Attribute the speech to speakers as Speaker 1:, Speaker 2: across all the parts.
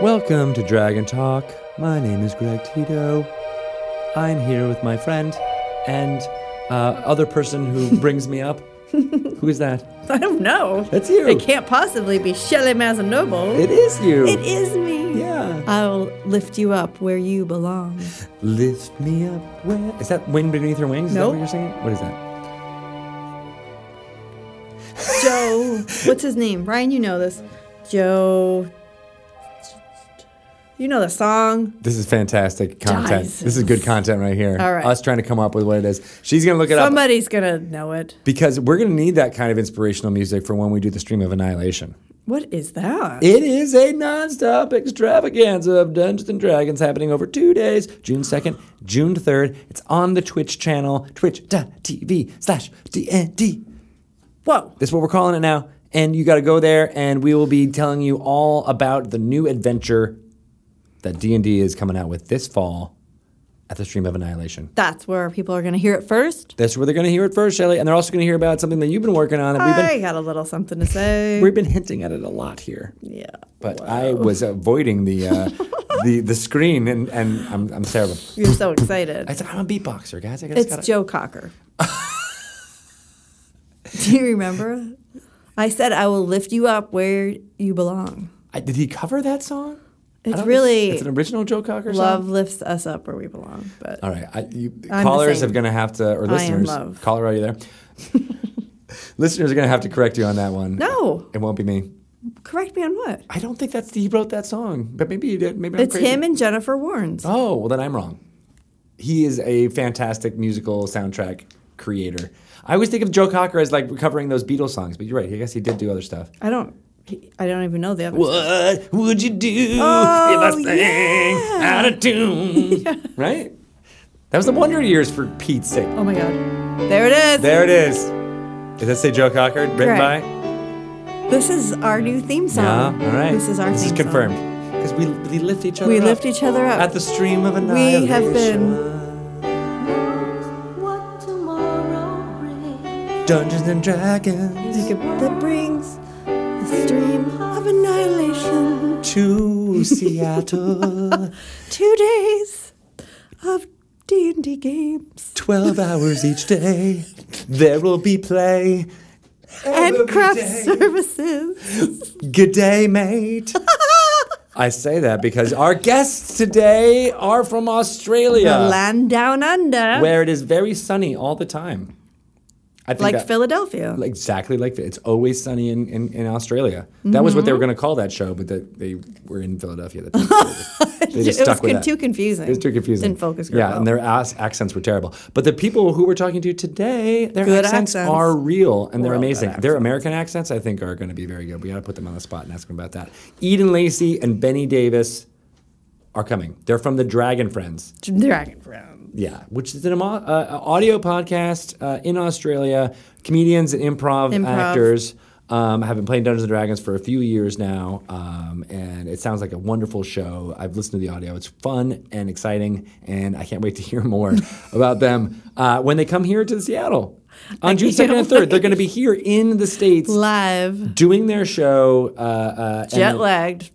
Speaker 1: Welcome to Dragon Talk. My name is Greg Tito. I'm here with my friend and uh, other person who brings me up. Who is that?
Speaker 2: I don't know.
Speaker 1: That's you.
Speaker 2: It can't possibly be Shelley Mazanoble.
Speaker 1: It is you.
Speaker 2: It is me.
Speaker 1: Yeah.
Speaker 2: I'll lift you up where you belong.
Speaker 1: Lift me up. Where? Is that Wind Beneath Her Wings? Is that
Speaker 2: Nope.
Speaker 1: what you're singing? What is that?
Speaker 2: Joe. What's his name? Ryan, you know this. Joe. You know the song.
Speaker 1: This is fantastic content.
Speaker 2: Jesus.
Speaker 1: This is good content right here.
Speaker 2: All right.
Speaker 1: Us trying to come up with what it is. She's going to look it up
Speaker 2: Somebody's going to know it.
Speaker 1: because we're going to need that kind of inspirational music for when we do the stream of Annihilation.
Speaker 2: What is that?
Speaker 1: It is a nonstop extravaganza of Dungeons and Dragons happening over two days, June 2nd, June 3rd. It's on the Twitch channel, twitch.tv slash DND.
Speaker 2: Whoa.
Speaker 1: That's what we're calling it now. And you got to go there, and we will be telling you all about the new adventure that D&D is coming out with this fall at the Stream of Annihilation.
Speaker 2: That's where people are going to hear it first.
Speaker 1: That's where they're going to hear it first, Shelley. And they're also going to hear about something that you've been working on. And we've been,
Speaker 2: I got a little something to say.
Speaker 1: we've been hinting at it a lot here.
Speaker 2: Yeah.
Speaker 1: but I was avoiding the uh, the the screen, and, and I'm, I'm terrible.
Speaker 2: You're so excited.
Speaker 1: I said, I'm a beatboxer, guys. I just
Speaker 2: It's
Speaker 1: gotta,
Speaker 2: Joe Cocker. Do you remember? I said I will lift you up where you belong.
Speaker 1: I, did he cover that song? I
Speaker 2: It's
Speaker 1: don't-
Speaker 2: really
Speaker 1: it's an original Joe Cocker
Speaker 2: love
Speaker 1: song.
Speaker 2: lifts us up where we belong. But
Speaker 1: All right, I, you,
Speaker 2: I'm
Speaker 1: callers
Speaker 2: the
Speaker 1: are
Speaker 2: same.
Speaker 1: going to have to, or listeners,
Speaker 2: love.
Speaker 1: caller, are you there? listeners are going to have to correct you on that one.
Speaker 2: no,
Speaker 1: it won't be me.
Speaker 2: correct me on what?
Speaker 1: I don't think that's he wrote that song, but maybe he did. Maybe I'm
Speaker 2: It's
Speaker 1: crazy.
Speaker 2: him and Jennifer Warnes.
Speaker 1: Oh, well, then I'm wrong. He is a fantastic musical soundtrack creator. I always think of Joe Cocker as like covering those Beatles songs, but you're right. I guess he did do other stuff.
Speaker 2: I don't. he- I don't even know the other.
Speaker 1: What would you do
Speaker 2: Oh,
Speaker 1: if I sang
Speaker 2: yeah.
Speaker 1: out of tune? Right? That was the Wonder Years for Pete's sake.
Speaker 2: Oh my god! There it is.
Speaker 1: There it is. Did that say Joe Cocker? Written
Speaker 2: Correct.
Speaker 1: by?
Speaker 2: This is our new theme
Speaker 1: Yeah.
Speaker 2: song.
Speaker 1: All right.
Speaker 2: This is our
Speaker 1: This
Speaker 2: theme
Speaker 1: is
Speaker 2: song.
Speaker 1: confirmed. Because we, we lift each other
Speaker 2: We
Speaker 1: up.
Speaker 2: lift each other up.
Speaker 1: At the stream of annihilation.
Speaker 2: We have been-
Speaker 3: What tomorrow brings.
Speaker 1: Dungeons and Dragons.
Speaker 2: Like a- that brings the stream of annihilation.
Speaker 1: to Seattle.
Speaker 2: Two days of D and D games
Speaker 1: 12 hours each day. There will be play.
Speaker 2: and craft
Speaker 1: day.
Speaker 2: services.
Speaker 1: Good day, mate. I say that because our guests today are from
Speaker 2: The
Speaker 1: Australia,
Speaker 2: land down under,
Speaker 1: where it is very sunny all the time. I think
Speaker 2: like
Speaker 1: that-
Speaker 2: Philadelphia.
Speaker 1: Exactly like it's always sunny in, in, in Australia. That was what
Speaker 2: Mm-hmm.
Speaker 1: they were going to call that show, but that they were in Philadelphia. At the time. They just, they just
Speaker 2: it
Speaker 1: stuck
Speaker 2: was
Speaker 1: with
Speaker 2: con-
Speaker 1: that.
Speaker 2: too confusing.
Speaker 1: It was too confusing.
Speaker 2: Didn't focus group.
Speaker 1: Yeah,
Speaker 2: well.
Speaker 1: and their ass accents were terrible. But the people who we're talking to today, their
Speaker 2: Good
Speaker 1: accents,
Speaker 2: accents.
Speaker 1: are real and they're
Speaker 2: World of
Speaker 1: amazing. Their American accents, I think, are going to be very good. We got to put them on the spot and ask them about that. Eden Lacey and Benny Davis are coming. They're from the Dragon Friends.
Speaker 2: Dragon Brown.
Speaker 1: Yeah, which is an amo- uh, audio podcast uh, in Australia. Comedians and improv,
Speaker 2: Improv.
Speaker 1: actors um, have been playing Dungeons and Dragons for a few years now, um, and it sounds like a wonderful show. I've listened to the audio; it's fun and exciting, and I can't wait to hear more about them uh, when they come here to Seattle on June second and third. They're going to be here in the states
Speaker 2: Live.
Speaker 1: doing their show. Uh, uh, and
Speaker 2: Jet
Speaker 1: then-
Speaker 2: lagged,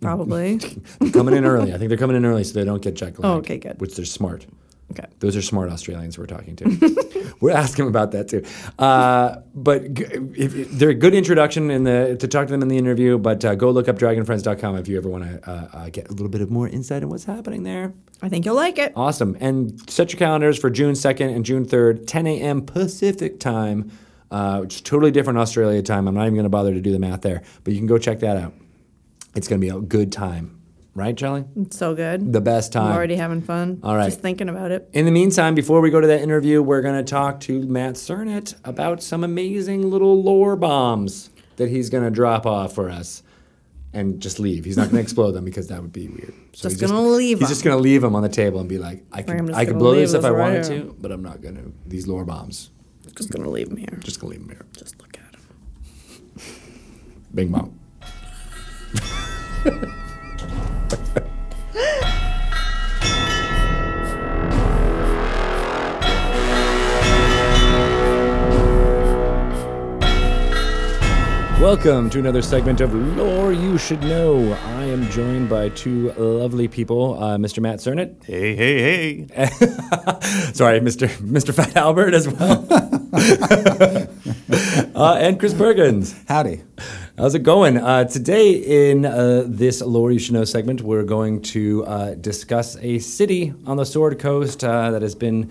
Speaker 2: probably.
Speaker 1: they're coming in early. I think they're coming in early so they don't get jet lagged.
Speaker 2: Oh, okay, good.
Speaker 1: Which they're smart.
Speaker 2: Okay.
Speaker 1: Those are smart Australians we're talking to. we're asking them about that too. Uh, but g- if, if- they're a good introduction in the to talk to them in the interview. But uh, go look up dragonfriends.com if you ever want to uh, uh, get a little bit of more insight on what's happening there.
Speaker 2: I think you'll like it.
Speaker 1: Awesome. And set your calendars for June 2nd and June 3rd, 10 a.m. Pacific time, uh, which is totally different Australia time. I'm not even going to bother to do the math there, but you can go check that out. It's going to be a good time. Right, Charlie?
Speaker 2: It's so good.
Speaker 1: The best
Speaker 2: I'm
Speaker 1: time.
Speaker 2: already having fun.
Speaker 1: All right.
Speaker 2: Just thinking about it.
Speaker 1: In the meantime, before we go to that interview, we're going to talk to Matt Cernit about some amazing little lore bombs that he's going to drop off for us and just leave. He's not going to explode them because that would be weird. So
Speaker 2: Just
Speaker 1: he's
Speaker 2: gonna leave
Speaker 1: He's
Speaker 2: 'em.
Speaker 1: just going to leave them on the table and be like, I
Speaker 2: I'm
Speaker 1: can,
Speaker 2: just
Speaker 1: I could
Speaker 2: gonna
Speaker 1: blow
Speaker 2: leave
Speaker 1: this if
Speaker 2: this
Speaker 1: I
Speaker 2: right
Speaker 1: wanted
Speaker 2: here.
Speaker 1: to, but I'm not going to. These lore bombs,
Speaker 2: Just gonna leave him here.
Speaker 1: just going to leave them here.
Speaker 2: Just look at him.
Speaker 1: Bing bong. Welcome to another segment of Lore You Should Know. I am joined by two lovely people, uh, Mr. Matt Cernit.
Speaker 4: Hey, hey, hey.
Speaker 1: Sorry, Mr. Mr. Fat Albert as well. uh, and Chris Bergens.
Speaker 5: Howdy.
Speaker 1: How's it going? Uh, today, in uh, this Lore You Should Know segment, we're going to uh, discuss a city on the Sword Coast uh, that has been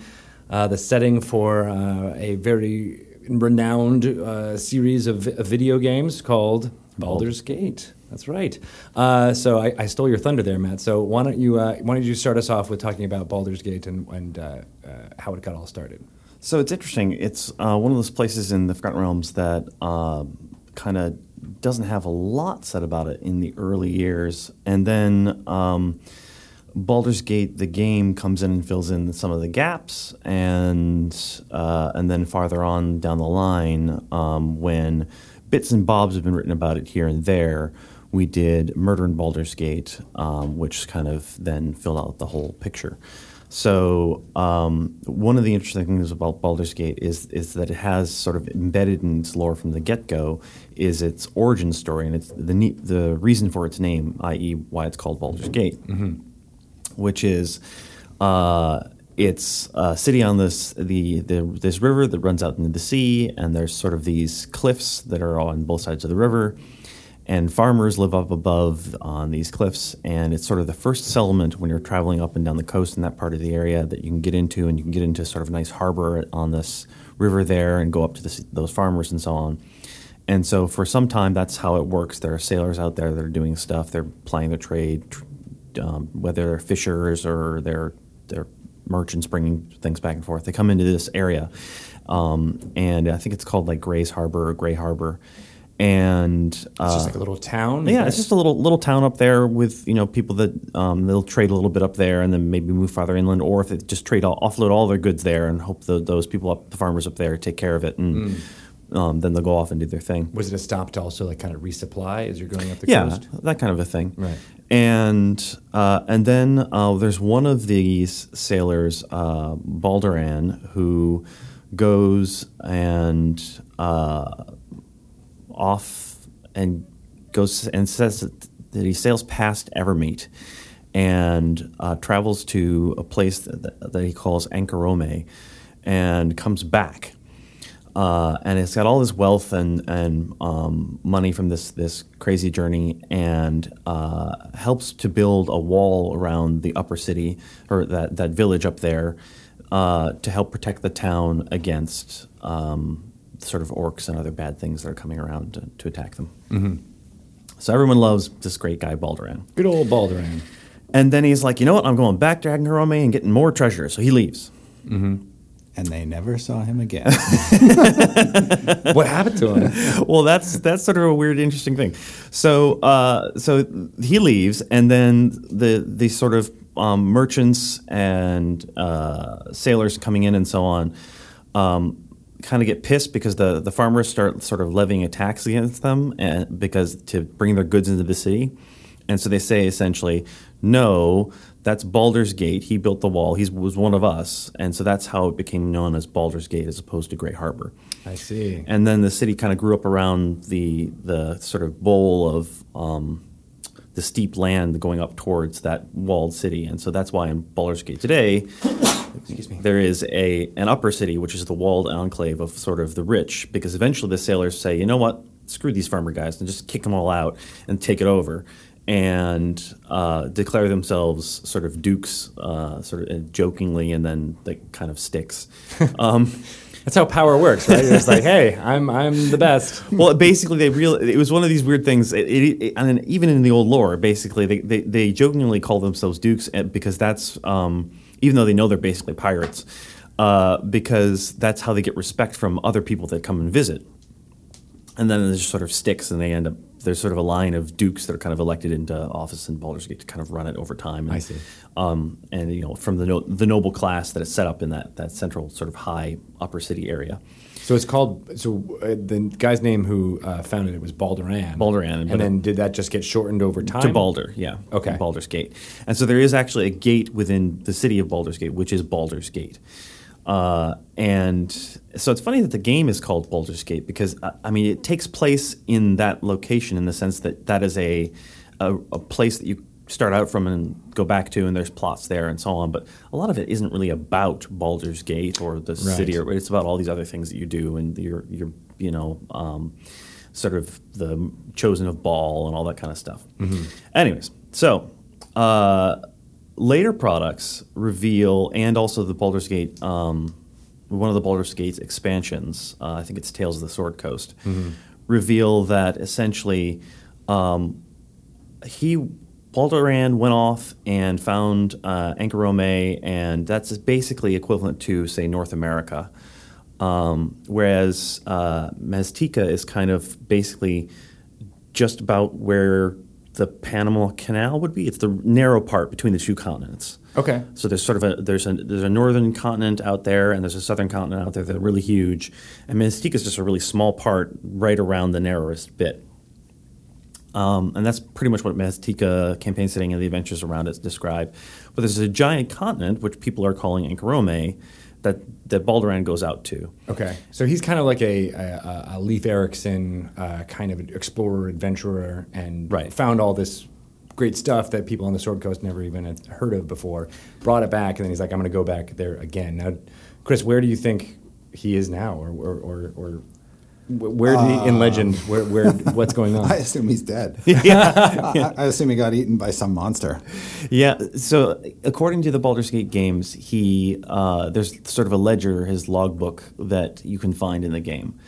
Speaker 1: uh, the setting for uh, a very renowned uh, series of vi- video games called Baldur's Gate. That's right. Uh, so I, I stole your thunder there, Matt. So why don't you uh, why don't you start us off with talking about Baldur's Gate and, and uh, uh, how it got all started?
Speaker 4: So it's interesting. It's uh, one of those places in the Forgotten Realms that uh, kind of doesn't have a lot said about it in the early years. And then um, Baldur's Gate, the game, comes in and fills in some of the gaps. And, uh, and then farther on down the line, um, when bits and bobs have been written about it here and there, we did Murder in Baldur's Gate, um, which kind of then filled out the whole picture. So um, one of the interesting things about Baldur's Gate is is that it has sort of embedded in its lore from the get go is its origin story and it's the ne- the reason for its name, i.e., why it's called Baldur's Gate which is uh, it's a city on this the, the this river that runs out into the sea, and there's sort of these cliffs that are on both sides of the river, and farmers live up above on these cliffs, and it's sort of the first settlement when you're traveling up and down the coast in that part of the area that you can get into, and you can get into sort of a nice harbor on this river there, and go up to this, those farmers and so on. And so for some time, that's how it works. There are sailors out there that are doing stuff. They're plying their trade, tr- um, whether they're fishers or they're they're merchants bringing things back and forth. They come into this area, um, and I think it's called like Gray's Harbor or Gray Harbor, and
Speaker 1: It's
Speaker 4: uh,
Speaker 1: just like a little town.
Speaker 4: yeah, it's just a little little town up there with you know people that um, they'll trade a little bit up there and then maybe move farther inland, or if they just trade all, offload all their goods there and hope tho- those people up the farmers up there take care of it, and
Speaker 1: Mm.
Speaker 4: um, then they'll go off and do their thing.
Speaker 1: was it a stop to also like kind of resupply as you're going up the
Speaker 4: yeah,
Speaker 1: coast?
Speaker 4: that kind of a thing.
Speaker 1: Right.
Speaker 4: And uh, and then uh, there's one of these sailors, uh, Balderan, who goes and uh, off and goes and says that, that he sails past Evermeet and uh, travels to a place that, that he calls Anchorome and comes back. Uh, and it's got all this wealth and and um, money from this this crazy journey, and uh, helps to build a wall around the upper city or that that village up there uh, to help protect the town against um, sort of orcs and other bad things that are coming around to, to attack them. Mm-hmm. So everyone loves this great guy Balderan.
Speaker 1: Good old Balderan.
Speaker 4: And then he's like, you know what? I'm going back to Agnarome and getting more treasure. So he leaves.
Speaker 5: And they never saw him again.
Speaker 1: what happened to him?
Speaker 4: well, that's that's sort of a weird, interesting thing. So uh, so he leaves, and then the the sort of um, merchants and uh, sailors coming in and so on. Um, kind of get pissed because the, the farmers start sort of levying a tax against them and because to bring their goods into the city and so they say essentially no that's Baldur's Gate he built the wall he was one of us and so that's how it became known as Baldur's Gate as opposed to Great Harbor
Speaker 1: I see.
Speaker 4: and then the city kind of grew up around the the sort of bowl of um, the steep land going up towards that walled city, and so that's why in Baldur's Gate today, excuse me, there is a an upper city which is the walled enclave of sort of the rich, because eventually the sailors say, you know what, screw these farmer guys and just kick them all out and take it over. And uh, declare themselves sort of dukes, uh, sort of jokingly, and then that kind of sticks. Um,
Speaker 1: That's how power works, right? It's like, hey, I'm I'm the best.
Speaker 4: well, basically, they real. It was one of these weird things. It, it, it- and even in the old lore, basically, they, they, they jokingly call themselves dukes eh, because that's um, even though they know they're basically pirates, uh, because that's how they get respect from other people that come and visit. And then there's sort of sticks, and they end up there's sort of a line of dukes that are kind of elected into office in Baldur's Gate to kind of run it over time. And,
Speaker 1: I see.
Speaker 4: Um, and you know, from the no, the noble class that is set up in that that central sort of high upper city area.
Speaker 1: So it's called. So uh, the guy's name who uh, founded it was Balderan.
Speaker 4: Balderan,
Speaker 1: and
Speaker 4: but-
Speaker 1: then did that just get shortened over time?
Speaker 4: To Balder, yeah.
Speaker 1: Okay.
Speaker 4: Baldur's Gate. And so there is actually a gate within the city of Baldur's Gate, which is Baldur's Gate. Uh, and so it's funny that the game is called Baldur's Gate because I, I mean it takes place in that location in the sense that that is a a, a place that you start out from and go back to, and there's plots there and so on. But a lot of it isn't really about Baldur's Gate or the city, or it's about all these other things that you do and your your you know. Um, Sort of the chosen of Ball and all that kind of stuff. Anyways, so uh, later products reveal, and also the Baldur's Gate, um, one of the Baldur's Gate's expansions, uh, I think it's Tales of the Sword Coast, reveal that essentially um, he Balduran went off and found uh, Ankarome, and that's basically equivalent to say North America. Um, whereas uh, Mazteca is kind of basically just about where the Panama Canal would be. It's the narrow part between the two continents.
Speaker 1: Okay.
Speaker 4: So there's sort of a there's a there's a northern continent out there and there's a southern continent out there that are really huge, and Mystique is just a really small part right around the narrowest bit. Um, and that's pretty much what Mazteca campaign setting and the adventures around it describe. But there's a giant continent which people are calling Ankarome that that Balderan goes out to.
Speaker 1: Okay, so he's kind of like a, a, a Leif Erikson uh, kind of explorer, adventurer, and
Speaker 4: Right.
Speaker 1: found all this great stuff that people on the Sword Coast never even had heard of before. Brought it back, and then he's like, "I'm going to go back there again." Now, Chris, where do you think he is now, or or or, or wh- where did he, in legend? Where where what's going on?
Speaker 5: I assume he's dead. I, I assume he got eaten by some monster.
Speaker 4: Yeah. So according to the Baldur's Gate games, he uh, there's sort of a ledger, his logbook that you can find in the game,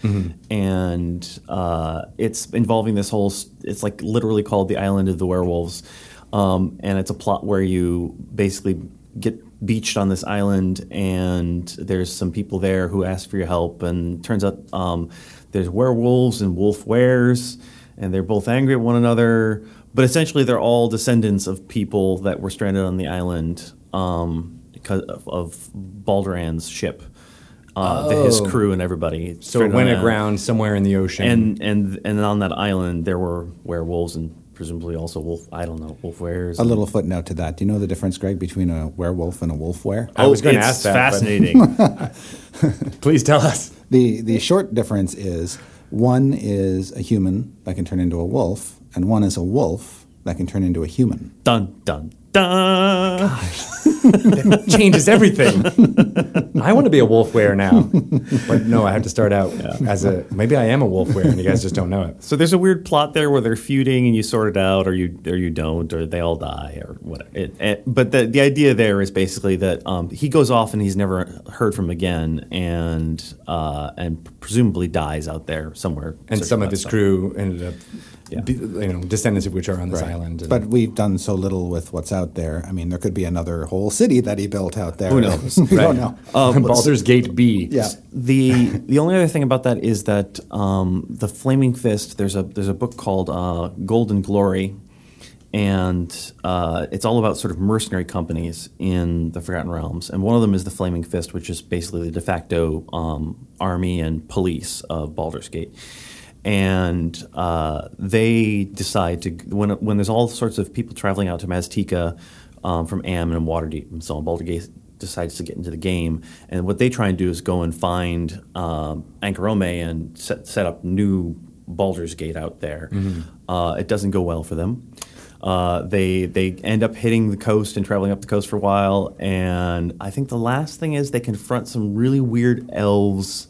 Speaker 4: and uh, it's involving this whole. s- It's like literally called the Island of the Werewolves, um, and it's a plot where you basically get beached on this island, and there's some people there who ask for your help, and turns out um, there's werewolves and wolf wares, and they're both angry at one another. But essentially, they're all descendants of people that were stranded on the island um, because of, of Balderan's ship, uh, the- his crew, and everybody.
Speaker 1: Oh. so it
Speaker 4: stranded on
Speaker 1: went
Speaker 4: the island.
Speaker 1: aground somewhere in the ocean,
Speaker 4: And and and on that island, there were werewolves and presumably also wolf. I don't know wolf wares.
Speaker 5: A little footnote to that. Do you know the difference, Greg, between a werewolf and a wolf were?
Speaker 1: I was gonna
Speaker 4: Oh, it's
Speaker 1: ask that, but-
Speaker 4: Fascinating.
Speaker 1: please tell us.
Speaker 5: The the short difference is one is a human that can turn into a wolf, and one is a wolf that can turn into a human.
Speaker 4: dun dun dun.
Speaker 1: changes everything. I want to be a wolf wearer now, but no, I have to start out as a maybe I am a wolf wearer, and you guys just don't know it.
Speaker 4: So there's a weird plot there where they're feuding and you sort it out, or you or you don't, or they all die, or whatever. It, it- but the the idea there is basically that um, he goes off and he's never heard from again, and uh, and presumably dies out there somewhere.
Speaker 1: And
Speaker 4: searching
Speaker 1: some of
Speaker 4: that
Speaker 1: his
Speaker 4: stuff.
Speaker 1: crew ended up,
Speaker 4: Yeah.
Speaker 1: be- you know, descendants of which are on this island. and-
Speaker 5: But we've done so little with what's out there. I mean, there could be another whole city that he built out there.
Speaker 4: Who knows?
Speaker 5: we
Speaker 1: Right. Uh,
Speaker 5: don't know.
Speaker 4: Um,
Speaker 1: Baldur's Gate B.
Speaker 5: Yeah.
Speaker 4: the the only other thing about that is that um, the Flaming Fist. There's a there's a book called uh, Golden Glory, and uh, it's all about sort of mercenary companies in the Forgotten Realms. And one of them is the Flaming Fist, which is basically the de facto um, army and police of Baldur's Gate. And uh, they decide to when when there's all sorts of people traveling out to Mazteca um, from Am and Waterdeep and so on. Baldur's Gate decides to get into the game. And what they try and do is go and find um, Ankarome and set, set up new Baldur's Gate out there. Uh, it doesn't go well for them. Uh, they they end up hitting the coast and traveling up the coast for a while. And I think the last thing is they confront some really weird elves.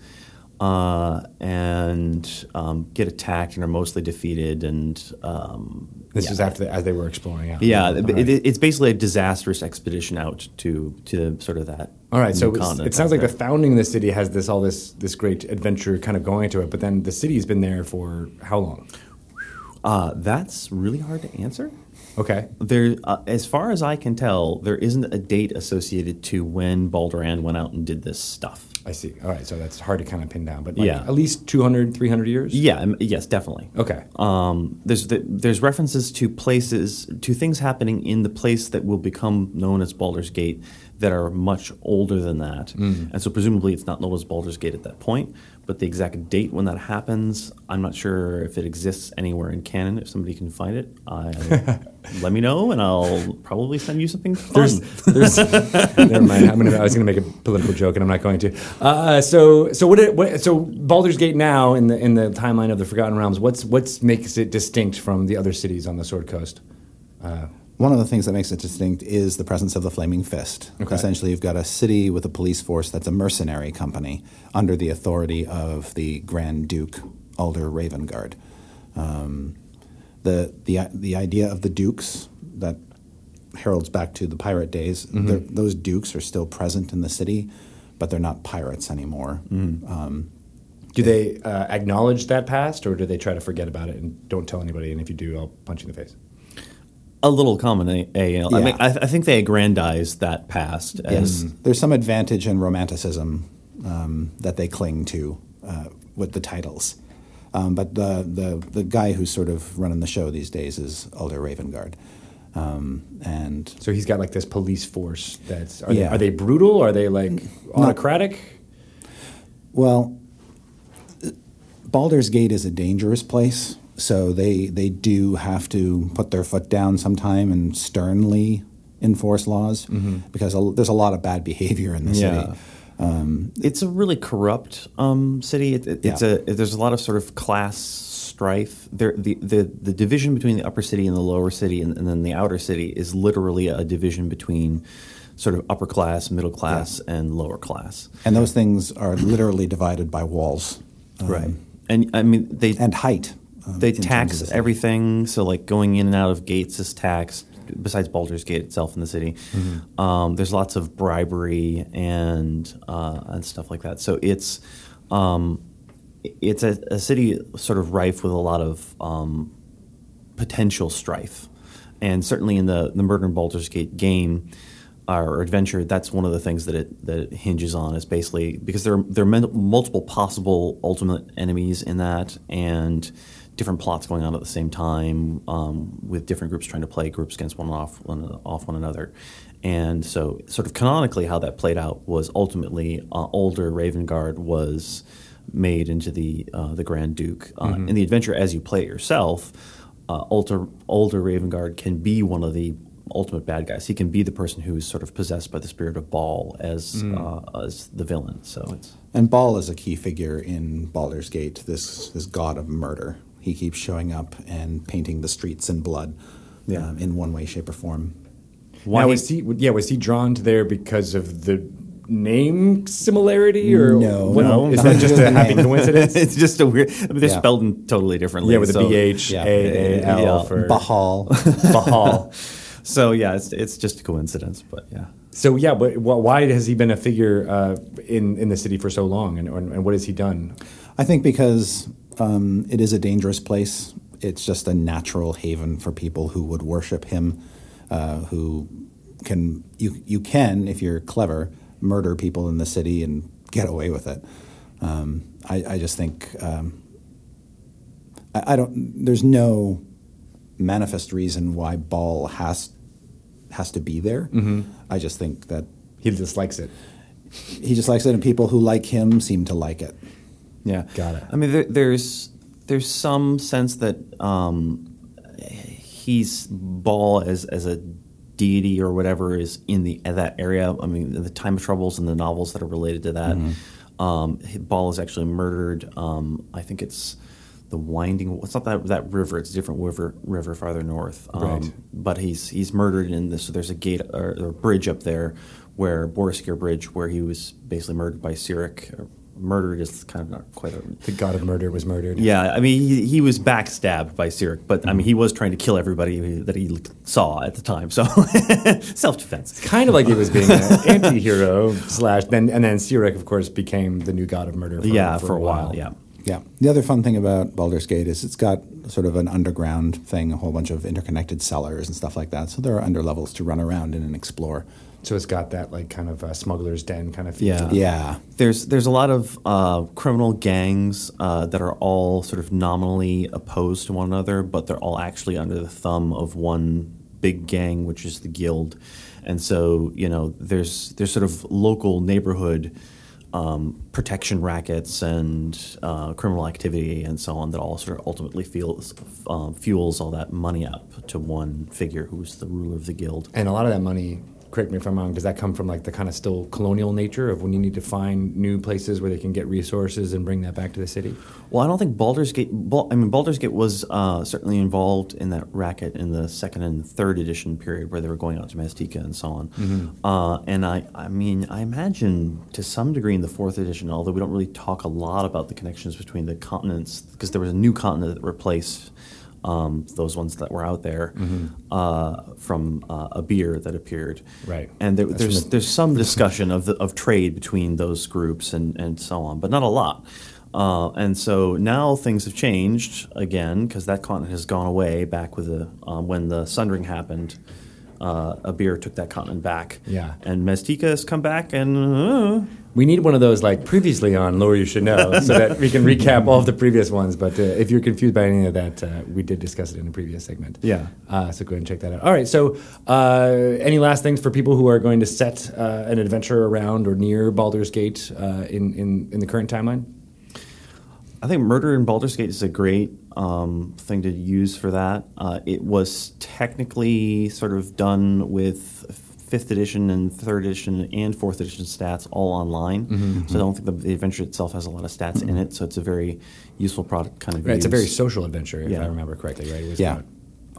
Speaker 4: Uh, and um, get attacked and are mostly defeated and um,
Speaker 1: This was after the, as they were exploring out.
Speaker 4: yeah,
Speaker 1: All
Speaker 4: it,
Speaker 1: right.
Speaker 4: it, it's basically a disastrous expedition out to to sort of that.
Speaker 1: All right,
Speaker 4: new
Speaker 1: so it's,
Speaker 4: continent
Speaker 1: it sounds
Speaker 4: out
Speaker 1: like the
Speaker 4: there.
Speaker 1: founding of the city has this all this this great adventure kind of going into it, but then the city's been there for how long?
Speaker 4: uh, that's really hard to answer.
Speaker 1: Okay,
Speaker 4: There, uh, as far as I can tell, there isn't a date associated to when Balderan went out and did this stuff.
Speaker 1: I see. All right, so that's hard to kind of pin down, but like
Speaker 4: Yeah.
Speaker 1: at least 200, 300 years.
Speaker 4: Yeah, um, yes, definitely.
Speaker 1: Okay.
Speaker 4: Um, there's the, there's references to places to things happening in the place that will become known as Baldur's Gate that are much older than that.
Speaker 5: Hmm.
Speaker 4: And so presumably it's not Noah's Baldur's Gate at that point, but the exact date when that happens, I'm not sure if it exists anywhere in canon. If somebody can find it, I, let me know, and I'll probably send you something fun.
Speaker 1: There's, there's, never mind. I'm gonna, I was going to make a political joke, and I'm not going to. Uh, so, so what, it- what? So, Baldur's Gate now in the in the timeline of the Forgotten Realms. What's what's makes it distinct from the other cities on the Sword Coast?
Speaker 5: One of the things that makes it distinct is the presence of the Flaming Fist.
Speaker 1: Okay.
Speaker 5: Essentially, you've got a city with a police force that's a mercenary company under the authority of the Grand Duke Alder Ravenguard. Um, the, the, the idea of the dukes that heralds back to the pirate days, they're- those dukes are still present in the city, but they're not pirates anymore. Um,
Speaker 1: Do they uh, acknowledge that past, or do they try to forget about it and don't tell anybody? And if you do, I'll punch you in the face.
Speaker 4: a little common. eh, A, a, I,
Speaker 5: Yeah.
Speaker 4: mean, I, I think they aggrandize that past as
Speaker 5: Yes, there's some advantage in romanticism um, that they cling to uh, with the titles. Um, but the, the, the guy who's sort of running the show these days is Alder Ravengard. Um, and
Speaker 1: So he's got like this police force. That's are,
Speaker 5: Yeah.
Speaker 1: they, are they brutal? Are they like autocratic?
Speaker 5: Well, Baldur's Gate is a dangerous place, so they they do have to put their foot down sometime and sternly enforce laws because a, there's a lot of bad behavior in the
Speaker 4: Yeah.
Speaker 5: city.
Speaker 4: it's a really corrupt um, city. It, it- it's
Speaker 5: Yeah.
Speaker 4: a there's a lot of sort of class strife. There, the, the the division between the upper city and the lower city, and, and then the outer city is literally a division between sort of upper class, middle class, and lower class.
Speaker 5: And those things are literally divided by walls um,
Speaker 4: And I mean they
Speaker 5: and height. um,
Speaker 4: they
Speaker 5: in terms of
Speaker 4: tax
Speaker 5: the city.
Speaker 4: everything. So like going in and out of gates is taxed. Besides Baldur's Gate itself in the city,
Speaker 5: Mm-hmm.
Speaker 4: um, there's lots of bribery and uh, and stuff like that. So it's um, it's a, a city sort of rife with a lot of um, potential strife. And certainly in the, the Murder in Baldur's Gate game or adventure, that's one of the things that it that it hinges on is basically because there are, there are men- multiple possible ultimate enemies in that and different plots going on at the same time um, with different groups trying to play groups against one off one off one another. And so, sort of canonically, how that played out was ultimately uh, older Ravenguard was made into the uh, the Grand Duke uh, in the adventure as you play it yourself uh, older older Raven Guard can be one of the ultimate bad guys. He can be the person who is sort of possessed by the spirit of Baal as uh, as the villain. So it's
Speaker 5: And Baal is a key figure in Baldur's Gate, this, this god of murder. He keeps showing up and painting the streets in blood
Speaker 4: Yeah.
Speaker 5: um, in one way, shape, or form.
Speaker 1: Why now, was he? Yeah, was he drawn to there because of the name similarity, or
Speaker 5: No.
Speaker 1: what-
Speaker 5: No.
Speaker 1: is that just a happy
Speaker 5: Name.
Speaker 1: coincidence?
Speaker 4: it's just a weird. I mean, they're
Speaker 5: Yeah.
Speaker 4: spelled in totally differently.
Speaker 1: Yeah, with a
Speaker 4: so-
Speaker 1: B H
Speaker 5: yeah.
Speaker 1: A A L
Speaker 4: Yeah.
Speaker 1: for
Speaker 5: Bahal.
Speaker 1: Bahal.
Speaker 4: So yeah, it's it's just a coincidence, but yeah.
Speaker 1: So yeah, but wh- why has he been a figure uh, in in the city for so long, and and and what has he done?
Speaker 5: I think because um, it is a dangerous place, it's just a natural haven for people who would worship him, uh, who can you you can if you're clever murder people in the city and get away with it. Um, I, I just think um, I, I don't. There's no manifest reason why Ball has has to be there. I just think that
Speaker 1: He dislikes it.
Speaker 5: he just likes it, and people who like him seem to like it.
Speaker 4: Yeah,
Speaker 1: Got it.
Speaker 4: I mean, there, there's there's some sense that um, he's Ball as as a deity or whatever is in the that area. I mean, the time of troubles and the novels that are related to that. Um, Ball is actually murdered. Um, I think it's the winding. It's not that that river. It's a different river river farther north. Um,
Speaker 1: Right.
Speaker 4: But he's he's murdered in this. So there's a gate or, or a bridge up there where Boriskir Bridge, where he was basically murdered by Sirik. Or murdered is kind of not quite a
Speaker 1: The god of murder was murdered.
Speaker 4: yeah, I mean, he, he was backstabbed by Sirik, but I mean, he was trying to kill everybody that he saw at the time. So, self defense.
Speaker 1: Kind of like he was being an anti-hero slash then and then Sirik of course became the new god of murder for,
Speaker 4: Yeah, for, a while. Yeah.
Speaker 5: Yeah. The other fun thing about Baldur's Gate is it's got sort of an underground thing, a whole bunch of interconnected cellars and stuff like that. So there are under levels to run around in and explore.
Speaker 1: So it's got that like kind of uh, smuggler's den kind of feel.
Speaker 4: Yeah.
Speaker 1: to it.
Speaker 5: Yeah.
Speaker 4: There's there's a lot of uh, criminal gangs uh, that are all sort of nominally opposed to one another, but they're all actually under the thumb of one big gang, which is the guild, and so you know there's there's sort of local neighborhood um, protection rackets and uh, criminal activity and so on that all sort of ultimately fuels uh, fuels all that money up to one figure who's the ruler of the guild.
Speaker 1: And a lot of that money, correct me if I'm wrong, does that come from like the kind of still colonial nature of when you need to find new places where they can get resources and bring that back to the city?
Speaker 4: Well, I don't think Baldur's Gate. Bal- I mean, Baldur's Gate was uh, certainly involved in that racket in the second and third edition period where they were going out to Mastica and so on. Uh, and I, I mean, I imagine to some degree in the fourth edition, although we don't really talk a lot about the connections between the continents, because there was a new continent that replaced um, those ones that were out there uh, from uh, a beer that appeared.
Speaker 1: Right.
Speaker 4: And there, there's there's some discussion of the, of trade between those groups and and so on, but not a lot. Uh, and so now things have changed again because that continent has gone away. Back with the um, when the Sundering happened, uh, a beer took that continent back.
Speaker 1: Yeah.
Speaker 4: And Maztica has come back, and uh,
Speaker 1: We need one of those like previously on Lower You Should Know so that we can recap all of the previous ones. But uh, if you're confused by any of that, uh, we did discuss it in a previous segment.
Speaker 4: Yeah.
Speaker 1: Uh, so go ahead and check that out. All right. So, uh, any last things for people who are going to set uh, an adventure around or near Baldur's Gate uh, in, in, in the current timeline?
Speaker 4: I think Murder in Baldur's Gate is a great um, thing to use for that. Uh, it was technically sort of done with fifth edition and third edition and fourth edition stats all online.
Speaker 1: Mm-hmm,
Speaker 4: So I don't think the, the adventure itself has a lot of stats in it. So it's a very useful product kind of.
Speaker 1: Right, it's a
Speaker 4: use.
Speaker 1: very social adventure, if
Speaker 4: Yeah.
Speaker 1: I remember correctly, right? It was
Speaker 5: Yeah.
Speaker 1: about-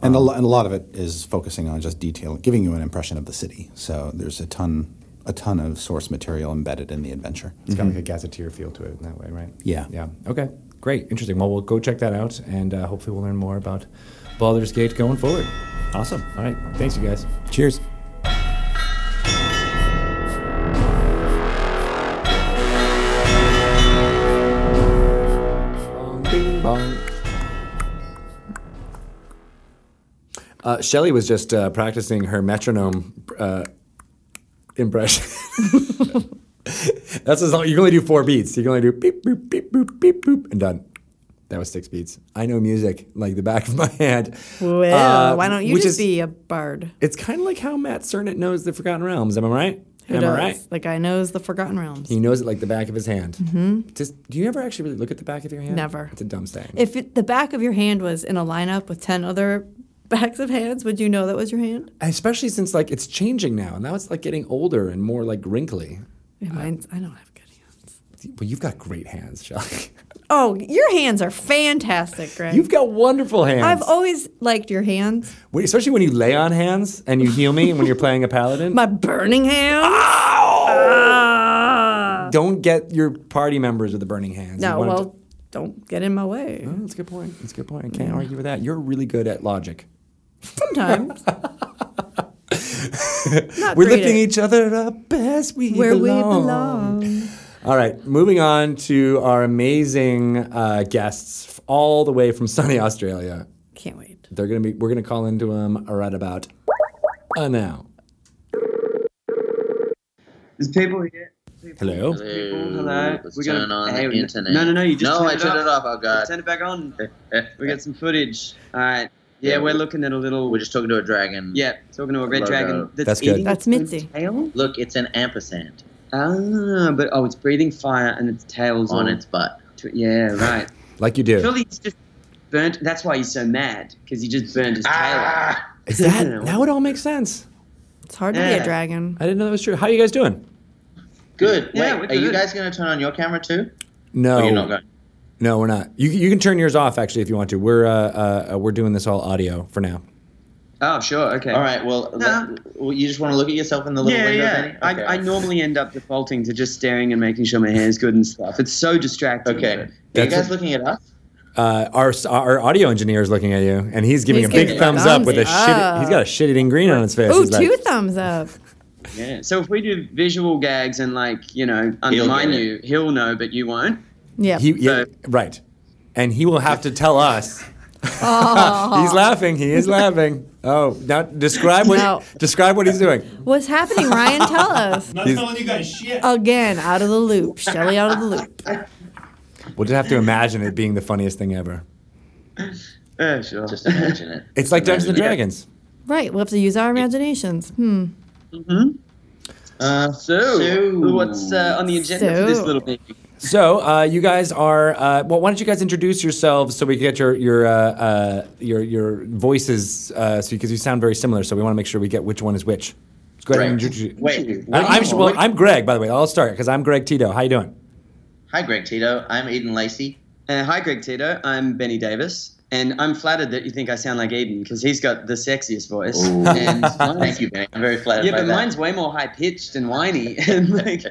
Speaker 5: And, a lo- and a lot of it is focusing on just detail, giving you an impression of the city. So there's a ton, a ton of source material embedded in the adventure.
Speaker 1: It's got like a gazetteer feel to it in that way, right?
Speaker 5: Yeah.
Speaker 1: Mm-hmm. Yeah. Okay. Great. Interesting. Well, we'll go check that out and uh, hopefully we'll learn more about Baldur's Gate going forward.
Speaker 4: awesome.
Speaker 1: All right. Thanks, you guys.
Speaker 5: Cheers.
Speaker 1: Uh, Shelly was just uh, practicing her metronome uh, impression. That's as long, you can only do four beats. You can only do beep boop beep boop beep boop and done. That was six beats. I know music like the back of my hand.
Speaker 2: Well,
Speaker 1: Uh,
Speaker 2: why don't you
Speaker 1: which
Speaker 2: just
Speaker 1: is-
Speaker 2: be a bard?
Speaker 1: It's kind of like how Matt Cernit knows the Forgotten Realms. Am I right?
Speaker 2: Who
Speaker 1: Am
Speaker 2: does?
Speaker 1: I right?
Speaker 2: Like I knows the Forgotten Realms.
Speaker 1: He knows it like the back of his hand. Just, do you ever actually really look at the back of your hand?
Speaker 2: Mm-hmm. Never.
Speaker 1: It's a dumb saying.
Speaker 2: If it, the back of your hand was in a lineup with ten other backs of hands, would you know that was your hand?
Speaker 1: Especially since like it's changing now, and now it's like getting older and more like wrinkly.
Speaker 2: Yeah, mine's, I don't have good hands.
Speaker 1: Well, you've got great hands, Shelly.
Speaker 2: Oh, your hands are fantastic, Greg.
Speaker 1: You've got wonderful hands.
Speaker 2: I've always liked your hands.
Speaker 1: Wait, Especially when you lay on hands and you heal me when you're playing a paladin.
Speaker 2: My burning hands. Ah!
Speaker 1: Don't get your party members with the burning hands. You
Speaker 2: No,
Speaker 1: want 'em
Speaker 2: well,
Speaker 1: to-
Speaker 2: don't get in my way.
Speaker 1: Oh, that's a good point. That's a good point. I can't argue with that. You're really good at logic.
Speaker 2: Sometimes. Not
Speaker 1: We're
Speaker 2: great
Speaker 1: lifting
Speaker 2: at
Speaker 1: each other up as we
Speaker 2: where
Speaker 1: belong.
Speaker 2: we belong.
Speaker 1: All right, moving on to our amazing uh, guests, f- all the way from sunny Australia.
Speaker 2: Can't wait.
Speaker 1: They're gonna be. We're gonna call into them right about uh, now.
Speaker 6: There's people here. People,
Speaker 1: Hello.
Speaker 6: People,
Speaker 7: Hello.
Speaker 6: hello.
Speaker 7: Let's
Speaker 6: We're
Speaker 7: turn
Speaker 6: gonna-
Speaker 7: on
Speaker 6: hey,
Speaker 7: the internet.
Speaker 6: No, no, no. You just
Speaker 7: no,
Speaker 6: turn
Speaker 7: I
Speaker 6: it
Speaker 7: turned
Speaker 6: off.
Speaker 7: it off. Oh god.
Speaker 6: Uh, Turn it back on. We got some footage. All right. Yeah,
Speaker 7: Yeah.
Speaker 6: we're looking at a little.
Speaker 7: We're just talking to a dragon.
Speaker 6: Yeah, talking to a red
Speaker 7: Logo.
Speaker 6: dragon. That's,
Speaker 1: That's good.
Speaker 6: eating
Speaker 2: That's
Speaker 6: its
Speaker 2: Mitzi.
Speaker 6: Tail?
Speaker 7: Look, it's an ampersand
Speaker 6: Ah, but oh, it's breathing fire and its tail's
Speaker 7: on
Speaker 6: all
Speaker 7: its butt.
Speaker 6: tw- yeah, right.
Speaker 1: Like you do.
Speaker 6: Surely he's just burnt. That's why he's so mad because he just burnt his tail.
Speaker 7: Ah!
Speaker 1: Is that now? It all makes sense.
Speaker 2: It's hard to be
Speaker 6: Yeah.
Speaker 2: a dragon.
Speaker 1: I didn't know that was true. How are you guys
Speaker 7: Oh,
Speaker 1: doing?
Speaker 7: Good.
Speaker 6: Yeah,
Speaker 7: Wait,
Speaker 6: we're
Speaker 7: are you
Speaker 6: good.
Speaker 7: guys going to turn on your camera too?
Speaker 1: No,
Speaker 7: Or you're not going.
Speaker 1: no, we're not. You you can turn yours off actually if you want to. We're uh, uh, we're doing this all audio for now.
Speaker 6: Oh, sure. Okay.
Speaker 7: All right. Well,
Speaker 6: No.
Speaker 7: let- well, you just want to look at yourself in the little
Speaker 6: Yeah,
Speaker 7: window.
Speaker 6: yeah.
Speaker 7: Benny? Okay.
Speaker 6: I, I normally end up defaulting to just staring and making sure my hair's good and stuff. It's so distracting.
Speaker 7: Okay.
Speaker 6: but-
Speaker 7: Are you
Speaker 1: That's
Speaker 7: guys
Speaker 1: it.
Speaker 7: looking at us?
Speaker 1: Uh, our our audio engineer is looking at you, and he's giving
Speaker 2: He's
Speaker 1: a big
Speaker 2: giving
Speaker 1: thumbs,
Speaker 2: thumbs
Speaker 1: up with a shit.
Speaker 2: up.
Speaker 1: He's got a shit eating green on his face.
Speaker 2: Ooh,
Speaker 1: He's like,
Speaker 2: two thumbs up.
Speaker 6: Yeah. So if we do visual gags and like you know undermine
Speaker 7: get it.
Speaker 6: you, he'll know, but you won't.
Speaker 2: Yeah.
Speaker 1: He, yeah,
Speaker 6: So-
Speaker 1: right. And he will have to tell us. he's laughing. He is laughing. Oh, now describe what
Speaker 2: No.
Speaker 1: describe what he's doing.
Speaker 2: What's happening, Ryan? Tell us.
Speaker 8: Not telling you guys shit.
Speaker 2: Again, out of the loop. Shelly out of the loop.
Speaker 1: We'll just have to imagine it being the funniest thing ever.
Speaker 6: Yeah, sure.
Speaker 7: Just imagine it.
Speaker 1: It's like Dungeons and
Speaker 7: Imagine it.
Speaker 1: Dragons.
Speaker 2: Right. We'll have to use our imaginations. Hmm.
Speaker 7: Uh, so,
Speaker 6: So-
Speaker 7: what's uh, on the agenda for this
Speaker 2: So-
Speaker 7: little meeting?
Speaker 1: So uh, you guys are uh, well. Why don't you guys introduce yourselves so we can get your your uh, uh, your your voices uh, so because you sound very similar. So we want to make sure we get which one is which. Let's go ahead and
Speaker 7: Greg.
Speaker 1: introduce.
Speaker 7: Wait,
Speaker 1: I- I'm,
Speaker 7: wait.
Speaker 1: well, I'm Greg, by the way. I'll start because I'm Greg Tito. How you doing?
Speaker 7: Hi, Greg Tito. I'm Eden Lacey.
Speaker 6: Uh, hi, Greg Tito. I'm Benny Davis, and I'm flattered that you think I sound like Eden because he's got the sexiest voice. And
Speaker 7: Thank you, Ben. I'm very flattered.
Speaker 6: yeah,
Speaker 7: by
Speaker 6: but
Speaker 7: that.
Speaker 6: mine's way more high pitched and whiny. and like,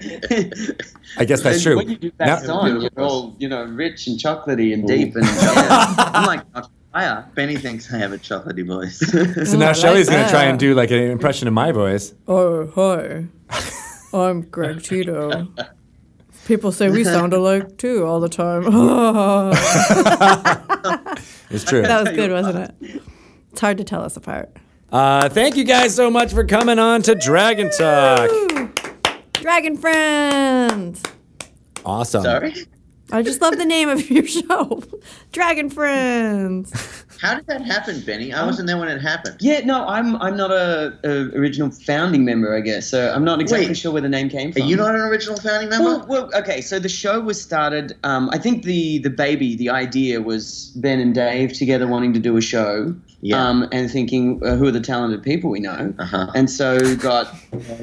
Speaker 1: I guess that's
Speaker 6: and
Speaker 1: true.
Speaker 6: When you do
Speaker 1: Now-
Speaker 6: that song, you're all you know, rich and chocolatey and deep, and yeah, I'm like "Oh, fire.
Speaker 7: Benny thinks I have a chocolatey voice.
Speaker 1: so
Speaker 2: Oh, I
Speaker 1: now
Speaker 2: like
Speaker 1: Shelly's going to
Speaker 2: that.
Speaker 1: try and do like an impression of my voice.
Speaker 2: Oh, hi. I'm Greg Tito. People say we sound alike too all the time. that
Speaker 1: It's true.
Speaker 2: was good, wasn't it? It's hard to tell us apart.
Speaker 1: Uh, thank you guys so much for coming on to Dragon Talk.
Speaker 2: Woo! Dragon Friends.
Speaker 1: Awesome.
Speaker 7: Sorry?
Speaker 2: I just love the name of your show, Dragon Friends.
Speaker 7: How did that happen, Benny? I wasn't there when it happened.
Speaker 6: Yeah, no, I'm I'm not a, a original founding member, I guess. So I'm not exactly
Speaker 7: Wait.
Speaker 6: sure where the name came
Speaker 7: Are
Speaker 6: from.
Speaker 7: you not an original founding member?
Speaker 6: Well, well, okay. So the show was started. Um, I think the the baby, the idea was Ben and Dave together wanting to do a show.
Speaker 7: Yeah.
Speaker 6: Um, and thinking uh, who are the talented people we know,
Speaker 7: Uh-huh.
Speaker 6: and so got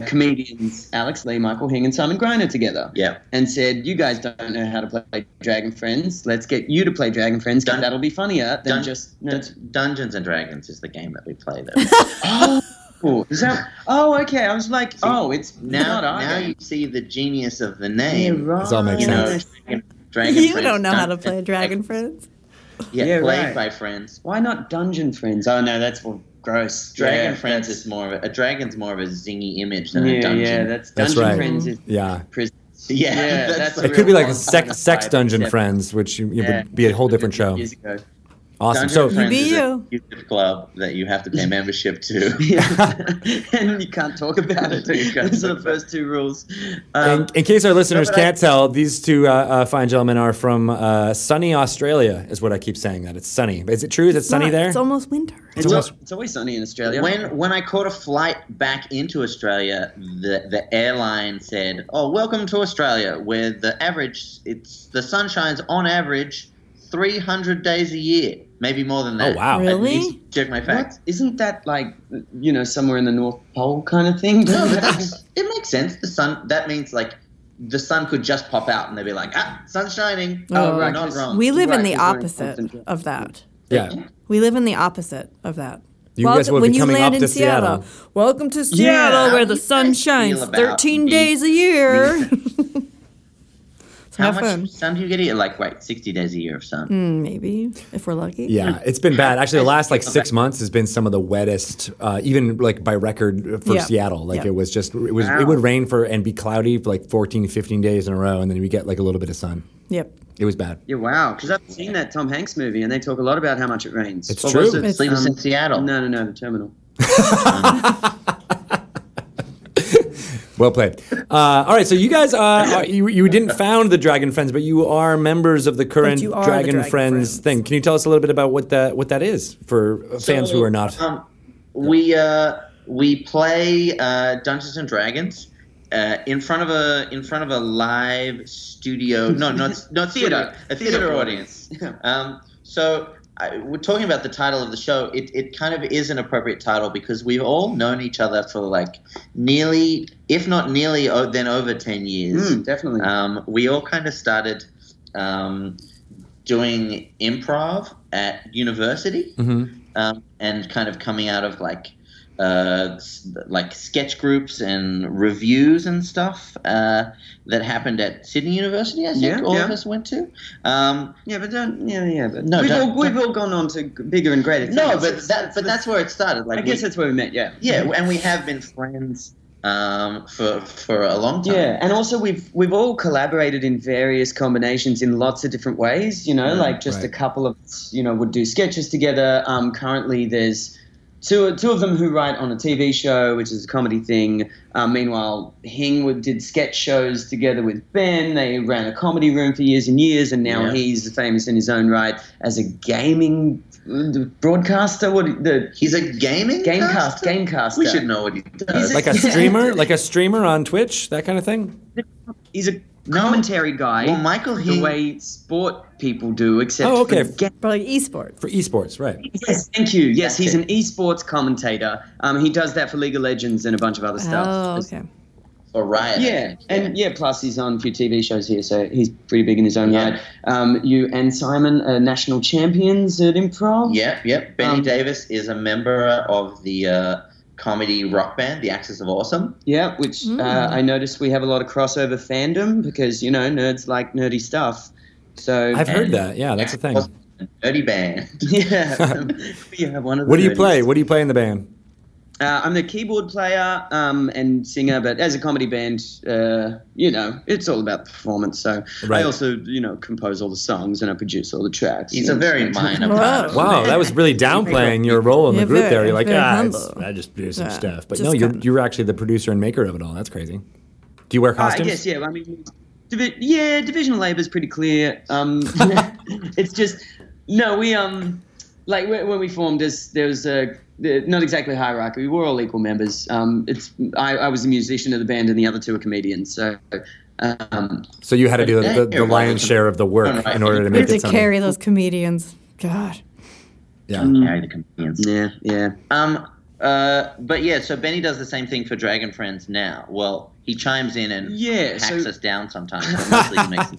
Speaker 6: comedians Alex Lee, Michael Hing, and Simon Griner together.
Speaker 7: Yeah.
Speaker 6: And said, you guys don't know how to play Dragon Friends. Let's get you to play Dragon Friends. 'cause
Speaker 7: Dun-
Speaker 6: that'll be funnier than
Speaker 7: Dun-
Speaker 6: just.
Speaker 7: Dun- Dungeons and Dragons is the game that we play, though.
Speaker 6: Oh, is that? Oh, okay. I was like, oh, it's
Speaker 7: now
Speaker 6: not our
Speaker 7: now
Speaker 6: game.
Speaker 7: you see the genius of the name.
Speaker 1: This all makes
Speaker 7: You know,
Speaker 1: sense.
Speaker 7: Dragon, Dragon
Speaker 2: You
Speaker 7: Friends,
Speaker 2: don't know how to
Speaker 7: Dungeons
Speaker 2: play
Speaker 7: and
Speaker 2: Dragon
Speaker 7: Dragons.
Speaker 2: Friends.
Speaker 7: Yeah,
Speaker 6: Yeah,
Speaker 7: played
Speaker 6: right.
Speaker 7: by friends.
Speaker 6: Why not Dungeon Friends? Oh no, that's well, gross.
Speaker 7: Dragon
Speaker 6: Yeah,
Speaker 7: Friends
Speaker 6: that's-
Speaker 7: is more of a, a dragon's more of a zingy image than
Speaker 6: yeah,
Speaker 7: a dungeon.
Speaker 6: yeah. That's
Speaker 1: That's
Speaker 6: Dungeon
Speaker 1: right.
Speaker 6: Friends is
Speaker 1: Yeah.
Speaker 6: prison.
Speaker 7: Yeah,
Speaker 6: Yeah,
Speaker 7: that's
Speaker 6: that's
Speaker 7: the
Speaker 6: the
Speaker 1: It could be like a
Speaker 6: Sex-
Speaker 1: sex, sex dungeon friends, which you, you
Speaker 6: Yeah.
Speaker 1: would be a whole different show.
Speaker 6: Years ago.
Speaker 1: Awesome.
Speaker 7: Dungeon
Speaker 1: So
Speaker 7: Friends
Speaker 2: You be
Speaker 7: is a
Speaker 2: you.
Speaker 7: secret club that you have to pay membership to.
Speaker 6: and you can't talk about it.
Speaker 7: You can't
Speaker 6: Those are
Speaker 7: talk
Speaker 6: the
Speaker 7: about
Speaker 6: first two rules.
Speaker 1: in,
Speaker 6: Um,
Speaker 1: in case our listeners
Speaker 7: No, but I-
Speaker 1: can't tell, these two uh, uh, fine gentlemen are from uh, sunny Australia, is what I keep saying. That it's sunny. Is it true? Is it sunny
Speaker 2: Not,
Speaker 1: there?
Speaker 2: It's almost winter.
Speaker 6: it's,
Speaker 1: almost-
Speaker 6: al- it's always sunny in Australia.
Speaker 7: when when I caught a flight back into Australia, the the airline said, "Oh, welcome to Australia, where the average it's the sun shines on average 300 days a year, maybe more than that."
Speaker 1: Oh, wow.
Speaker 2: Really?
Speaker 7: Check my
Speaker 6: What?
Speaker 7: facts.
Speaker 6: Isn't that like, you know, somewhere in the North Pole kind of thing?
Speaker 7: No, but that's, it makes sense. The sun that means like the sun could just pop out and they'd be like, "Ah, sun's shining."
Speaker 2: Oh,
Speaker 7: You're
Speaker 2: right,
Speaker 7: not wrong.
Speaker 2: We live in
Speaker 6: Right,
Speaker 2: the
Speaker 6: it's very
Speaker 2: opposite
Speaker 6: constant.
Speaker 2: of that.
Speaker 1: Yeah.
Speaker 2: We live in the opposite of that.
Speaker 1: You guys will be coming up to Seattle.
Speaker 2: Welcome to Seattle,
Speaker 7: how
Speaker 2: where
Speaker 7: do
Speaker 2: the
Speaker 7: you
Speaker 2: sun
Speaker 7: guys feel
Speaker 2: shines
Speaker 7: about
Speaker 2: 13
Speaker 7: me-
Speaker 2: days a year. so
Speaker 7: How
Speaker 2: have
Speaker 7: much
Speaker 2: fun.
Speaker 7: sun do you get a year? Like, wait, 60 days a year of sun.
Speaker 2: Mm, Maybe, if we're lucky.
Speaker 1: Yeah, it's been bad. Actually, the last like six months has been some of the wettest, uh, even like by record for
Speaker 2: Yeah.
Speaker 1: Seattle. Like
Speaker 2: Yeah.
Speaker 1: it was just, it was, it would rain for and be cloudy for like 14, 15 days in a row, and then we get like a little bit of sun.
Speaker 2: Yep.
Speaker 1: It was bad.
Speaker 6: Yeah, wow. Because I've seen that Tom Hanks movie, and they talk a lot about how much it rains.
Speaker 1: It's
Speaker 7: What
Speaker 1: true.
Speaker 7: was it?
Speaker 2: It's-
Speaker 7: Sleepless in
Speaker 6: um,
Speaker 7: Seattle.
Speaker 6: No, no, no. The Terminal.
Speaker 1: Well played. Uh, all right, so you guys, uh, are, you you didn't found the Dragon Friends, but you are members of the current
Speaker 2: you
Speaker 1: Dragon,
Speaker 2: are the Dragon
Speaker 1: Friends,
Speaker 2: Friends.
Speaker 1: thing. Can you tell us a little bit about what that what that is for fans who are not?
Speaker 2: uh,
Speaker 7: Um, we uh, we play uh, Dungeons and Dragons uh, in front of a in front of a live studio. No, not not theater. A theater audience. Um, so I, we're talking about the title of the show. It it kind of is an appropriate title because we've all known each other for like nearly, if not nearly, oh, then over ten years.
Speaker 6: Mm, definitely.
Speaker 7: Um, we all kind of started um, doing improv at university
Speaker 1: Mhm.
Speaker 7: um, and kind of coming out of like uh, s- like sketch groups and reviews and stuff uh, that happened at Sydney University. I think
Speaker 6: Yeah,
Speaker 7: all of
Speaker 6: yeah.
Speaker 7: us went to. Um,
Speaker 6: yeah, but don't. Yeah, yeah. But
Speaker 7: No,
Speaker 6: we've
Speaker 7: don't-
Speaker 6: all we've
Speaker 7: don't-
Speaker 6: all gone on to g- bigger and greater. things.
Speaker 7: no, but
Speaker 6: It's-
Speaker 7: that but that's where it started. Like
Speaker 6: I guess
Speaker 7: we-
Speaker 6: that's where we met. Yeah.
Speaker 7: yeah, and we have been friends um, for for a long time.
Speaker 6: Yeah, and also we've we've all collaborated in various combinations in lots of different ways. You know, like just
Speaker 1: right.
Speaker 6: a couple of us, you know would do sketches together. Um, currently, there's two two of them who write on a TV show, which is a comedy thing. Um, meanwhile, Hing would- did sketch shows together with Ben. They ran a comedy room for years and years, and now
Speaker 7: Yeah.
Speaker 6: he's famous in his own right as a gaming uh, broadcaster. What the
Speaker 7: He's a gaming
Speaker 6: Gamecast,
Speaker 7: caster?
Speaker 6: Gamecaster.
Speaker 7: We should know what he does.
Speaker 6: He's
Speaker 1: Like a
Speaker 6: Yeah.
Speaker 1: streamer, like a streamer on Twitch, that kind of thing.
Speaker 6: he's a commentary guy.
Speaker 7: well, Michael
Speaker 6: the
Speaker 7: Hing-
Speaker 6: way sport people do, except
Speaker 1: Oh, okay.
Speaker 6: for ga-
Speaker 2: But like esports.
Speaker 1: For esports, right?
Speaker 6: Yes, thank you. Yes, he's an esports commentator. Um, he does that for League of Legends and a bunch of other
Speaker 2: Oh,
Speaker 6: stuff.
Speaker 2: okay.
Speaker 7: or riot.
Speaker 6: Yeah, and yeah, plus he's on a few TV shows here, so he's pretty big in his own
Speaker 7: Yeah.
Speaker 6: right. Um, you and Simon are national champions at improv.
Speaker 7: Yep, yep. Benny
Speaker 6: Um,
Speaker 7: Davis is a member of the uh, comedy rock band, The Axis of Awesome.
Speaker 6: Yeah, which
Speaker 1: Mm.
Speaker 6: uh, I noticed we have a lot of crossover fandom because, you know, nerds like nerdy stuff. So,
Speaker 1: I've heard
Speaker 7: And-
Speaker 1: that. Yeah, that's a thing.
Speaker 7: Awesome, a Nerdy band.
Speaker 6: yeah. um, we have one of the
Speaker 1: What do you
Speaker 6: nerdies.
Speaker 1: play? What do you play in the band?
Speaker 6: Uh, I'm the keyboard player um, and singer, but as a comedy band, uh, you know, it's all about performance. So
Speaker 1: Right.
Speaker 6: I also, you know, compose all the songs and I produce all the tracks.
Speaker 7: He's a very minor part. of the
Speaker 1: Wow,
Speaker 7: band.
Speaker 1: that was really downplaying your role in the
Speaker 2: Yeah,
Speaker 1: group
Speaker 2: very-
Speaker 1: there. You're like,
Speaker 2: very
Speaker 1: ah, it's-
Speaker 2: humble.
Speaker 1: I just do some
Speaker 2: Yeah,
Speaker 1: stuff. But
Speaker 2: just
Speaker 1: no, you're,
Speaker 2: kinda.
Speaker 1: you're actually the producer and maker of it all. That's crazy. Do you wear
Speaker 6: Ah,
Speaker 1: costumes?
Speaker 6: I guess, yeah. I mean, divi- yeah, divisional labor's pretty clear. Um, it's just, no, we, um, like wh- when we formed this, there was a, the- not exactly hierarchy. We were all equal members. Um, it's I, I was a musician of the band, and the other two were comedians. So, um,
Speaker 1: So you had to do the, the, the
Speaker 7: Yeah,
Speaker 1: lion's
Speaker 7: well,
Speaker 1: share of the work
Speaker 7: right.
Speaker 1: in order to
Speaker 2: We
Speaker 1: make
Speaker 2: have to
Speaker 1: it something.
Speaker 2: carry Mm. those comedians. God.
Speaker 1: Yeah.
Speaker 7: Married to comedians.
Speaker 6: yeah, yeah.
Speaker 7: Um, uh, but yeah, so Benny does the same thing for Dragon Friends now. Well, he chimes in and
Speaker 6: Yeah,
Speaker 7: hacks
Speaker 6: so-
Speaker 7: us down sometimes. but mostly he makes us-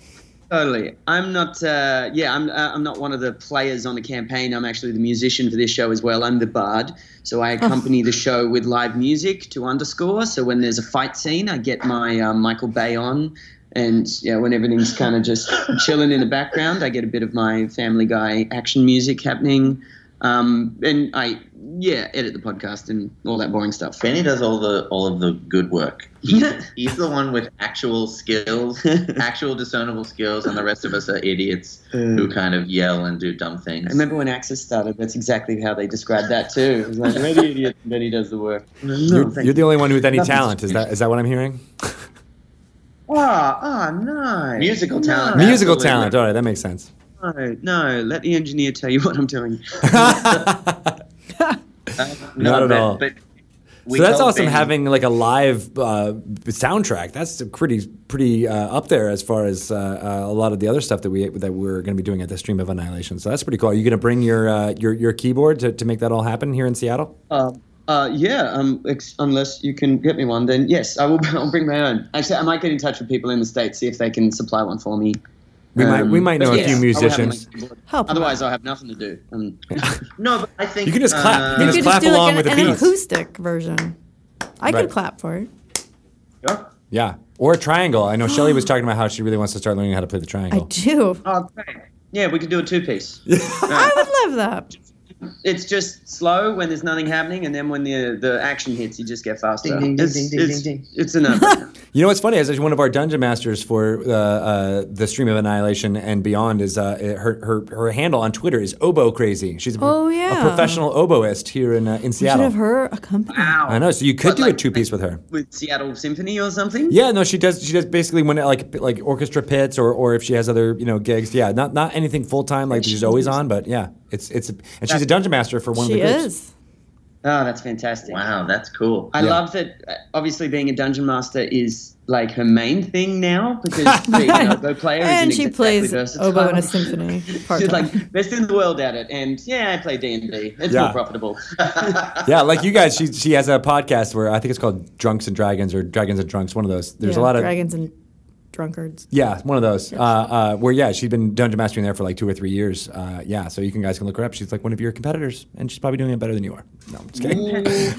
Speaker 6: Totally. I'm not. Uh, yeah, I'm. Uh, I'm not one of the players on the campaign. I'm actually the musician for this show as well. I'm the bard, so I accompany the show with live music to underscore. So when there's a fight scene, I get my um, Michael Bay on, and yeah, when everything's kind of just chilling in the background, I get a bit of my Family Guy action music happening, um, and I yeah edit the podcast and all that boring stuff.
Speaker 7: Benny does all the all of the good work. He, he's the one with actual skills, actual discernible skills, and the rest of us are idiots who kind of yell and do dumb
Speaker 6: I
Speaker 7: things.
Speaker 6: remember when Access started. That's exactly how they described that too. It was like, "Ready, idiot," and then he does the work. No,
Speaker 1: You're,
Speaker 6: thank
Speaker 1: you're the only one with any
Speaker 6: Nothing's
Speaker 1: talent. Is that is that what I'm hearing?
Speaker 6: Ah, ah, no.
Speaker 7: Musical
Speaker 6: No,
Speaker 7: talent.
Speaker 1: Musical
Speaker 7: Absolutely.
Speaker 1: talent. All right, that makes sense.
Speaker 6: No, no, let the engineer tell you what I'm doing. Uh,
Speaker 1: Not at
Speaker 7: but-
Speaker 1: all.
Speaker 7: But we
Speaker 1: So that's
Speaker 7: told
Speaker 1: awesome
Speaker 7: Benny-
Speaker 1: having like a live uh, soundtrack. That's pretty pretty uh, up there as far as uh, uh, a lot of the other stuff that we that we're going to be doing at the Stream of Annihilation. So that's pretty cool. Are you going to bring your uh, your your keyboard to, to make that all happen here in Seattle?
Speaker 6: Uh, uh, yeah, um, ex- unless you can get me one, then yes, I will. I'll bring my own. Actually, I might get in touch with people in the states see if they can supply one for me.
Speaker 1: We might
Speaker 6: Um,
Speaker 1: we might
Speaker 6: but
Speaker 1: know a
Speaker 6: yes, I
Speaker 1: few
Speaker 6: will have them.
Speaker 1: musicians.
Speaker 2: Help.
Speaker 6: Otherwise, I'll have nothing to do. Um,
Speaker 7: No, but I think
Speaker 1: You can just clap. You
Speaker 7: uh,
Speaker 1: can
Speaker 2: you
Speaker 1: just
Speaker 2: could
Speaker 1: clap
Speaker 2: just do
Speaker 1: along
Speaker 2: like
Speaker 1: with the
Speaker 2: an, an
Speaker 1: beats.
Speaker 2: acoustic version. I
Speaker 1: Right.
Speaker 2: could clap for it.
Speaker 1: Yeah, or a triangle. I know Shelly was talking about how she really wants to start learning how to play the
Speaker 2: I
Speaker 1: triangle.
Speaker 2: do.
Speaker 6: oh, great. Yeah, we could do a two piece.
Speaker 2: I would love that.
Speaker 6: it's just slow when there's nothing happening, and then when the the action hits, you just get faster.
Speaker 7: Ding, ding, ding,
Speaker 6: it's,
Speaker 7: ding, ding,
Speaker 6: it's,
Speaker 7: ding, ding.
Speaker 6: it's a no.
Speaker 1: You know what's funny is actually one of our dungeon masters for uh, uh, the stream of annihilation and beyond is uh, her, her her handle on Twitter is oboe crazy. She's a-
Speaker 2: Oh,
Speaker 1: a
Speaker 2: yeah.
Speaker 1: professional oboist here in uh, in
Speaker 2: You should have
Speaker 1: Seattle.
Speaker 2: her accompany.
Speaker 1: I know, so you could
Speaker 6: Oh. But,
Speaker 1: do a
Speaker 6: like-
Speaker 1: two piece with her.
Speaker 6: With Seattle Symphony or something.
Speaker 1: Yeah, no, she does. She does basically when it, like like orchestra pits or or if she has other you know gigs. Yeah, not not anything full time like she's always on, but yeah, it's it's and she's a dungeon master for one
Speaker 2: She
Speaker 1: of the groups.
Speaker 2: is.
Speaker 6: Oh, that's fantastic.
Speaker 7: Wow, that's cool.
Speaker 6: I love that. uh, Obviously, being a dungeon master is like her main thing now because being an oboe player
Speaker 2: And
Speaker 6: isn't
Speaker 2: she
Speaker 6: exactly
Speaker 2: plays
Speaker 6: versatile.
Speaker 2: oboe in a symphony.
Speaker 6: She's
Speaker 2: part-time.
Speaker 6: like best in the world at it, and yeah, I play D and D. It's
Speaker 1: Yeah.
Speaker 6: more profitable.
Speaker 1: yeah, like you guys, she she has a podcast where I think it's called Drunks and Dragons or Dragons and Drunks. One of those. There's
Speaker 2: Yeah,
Speaker 1: a lot of
Speaker 2: dragons and drunkards.
Speaker 1: Yeah, one of those. Uh, uh, where yeah, she's been dungeon mastering there for like two or three years. Uh, yeah, so you can guys can look her up. She's like one of your competitors, and she's probably doing it better than you are. No, I'm just kidding.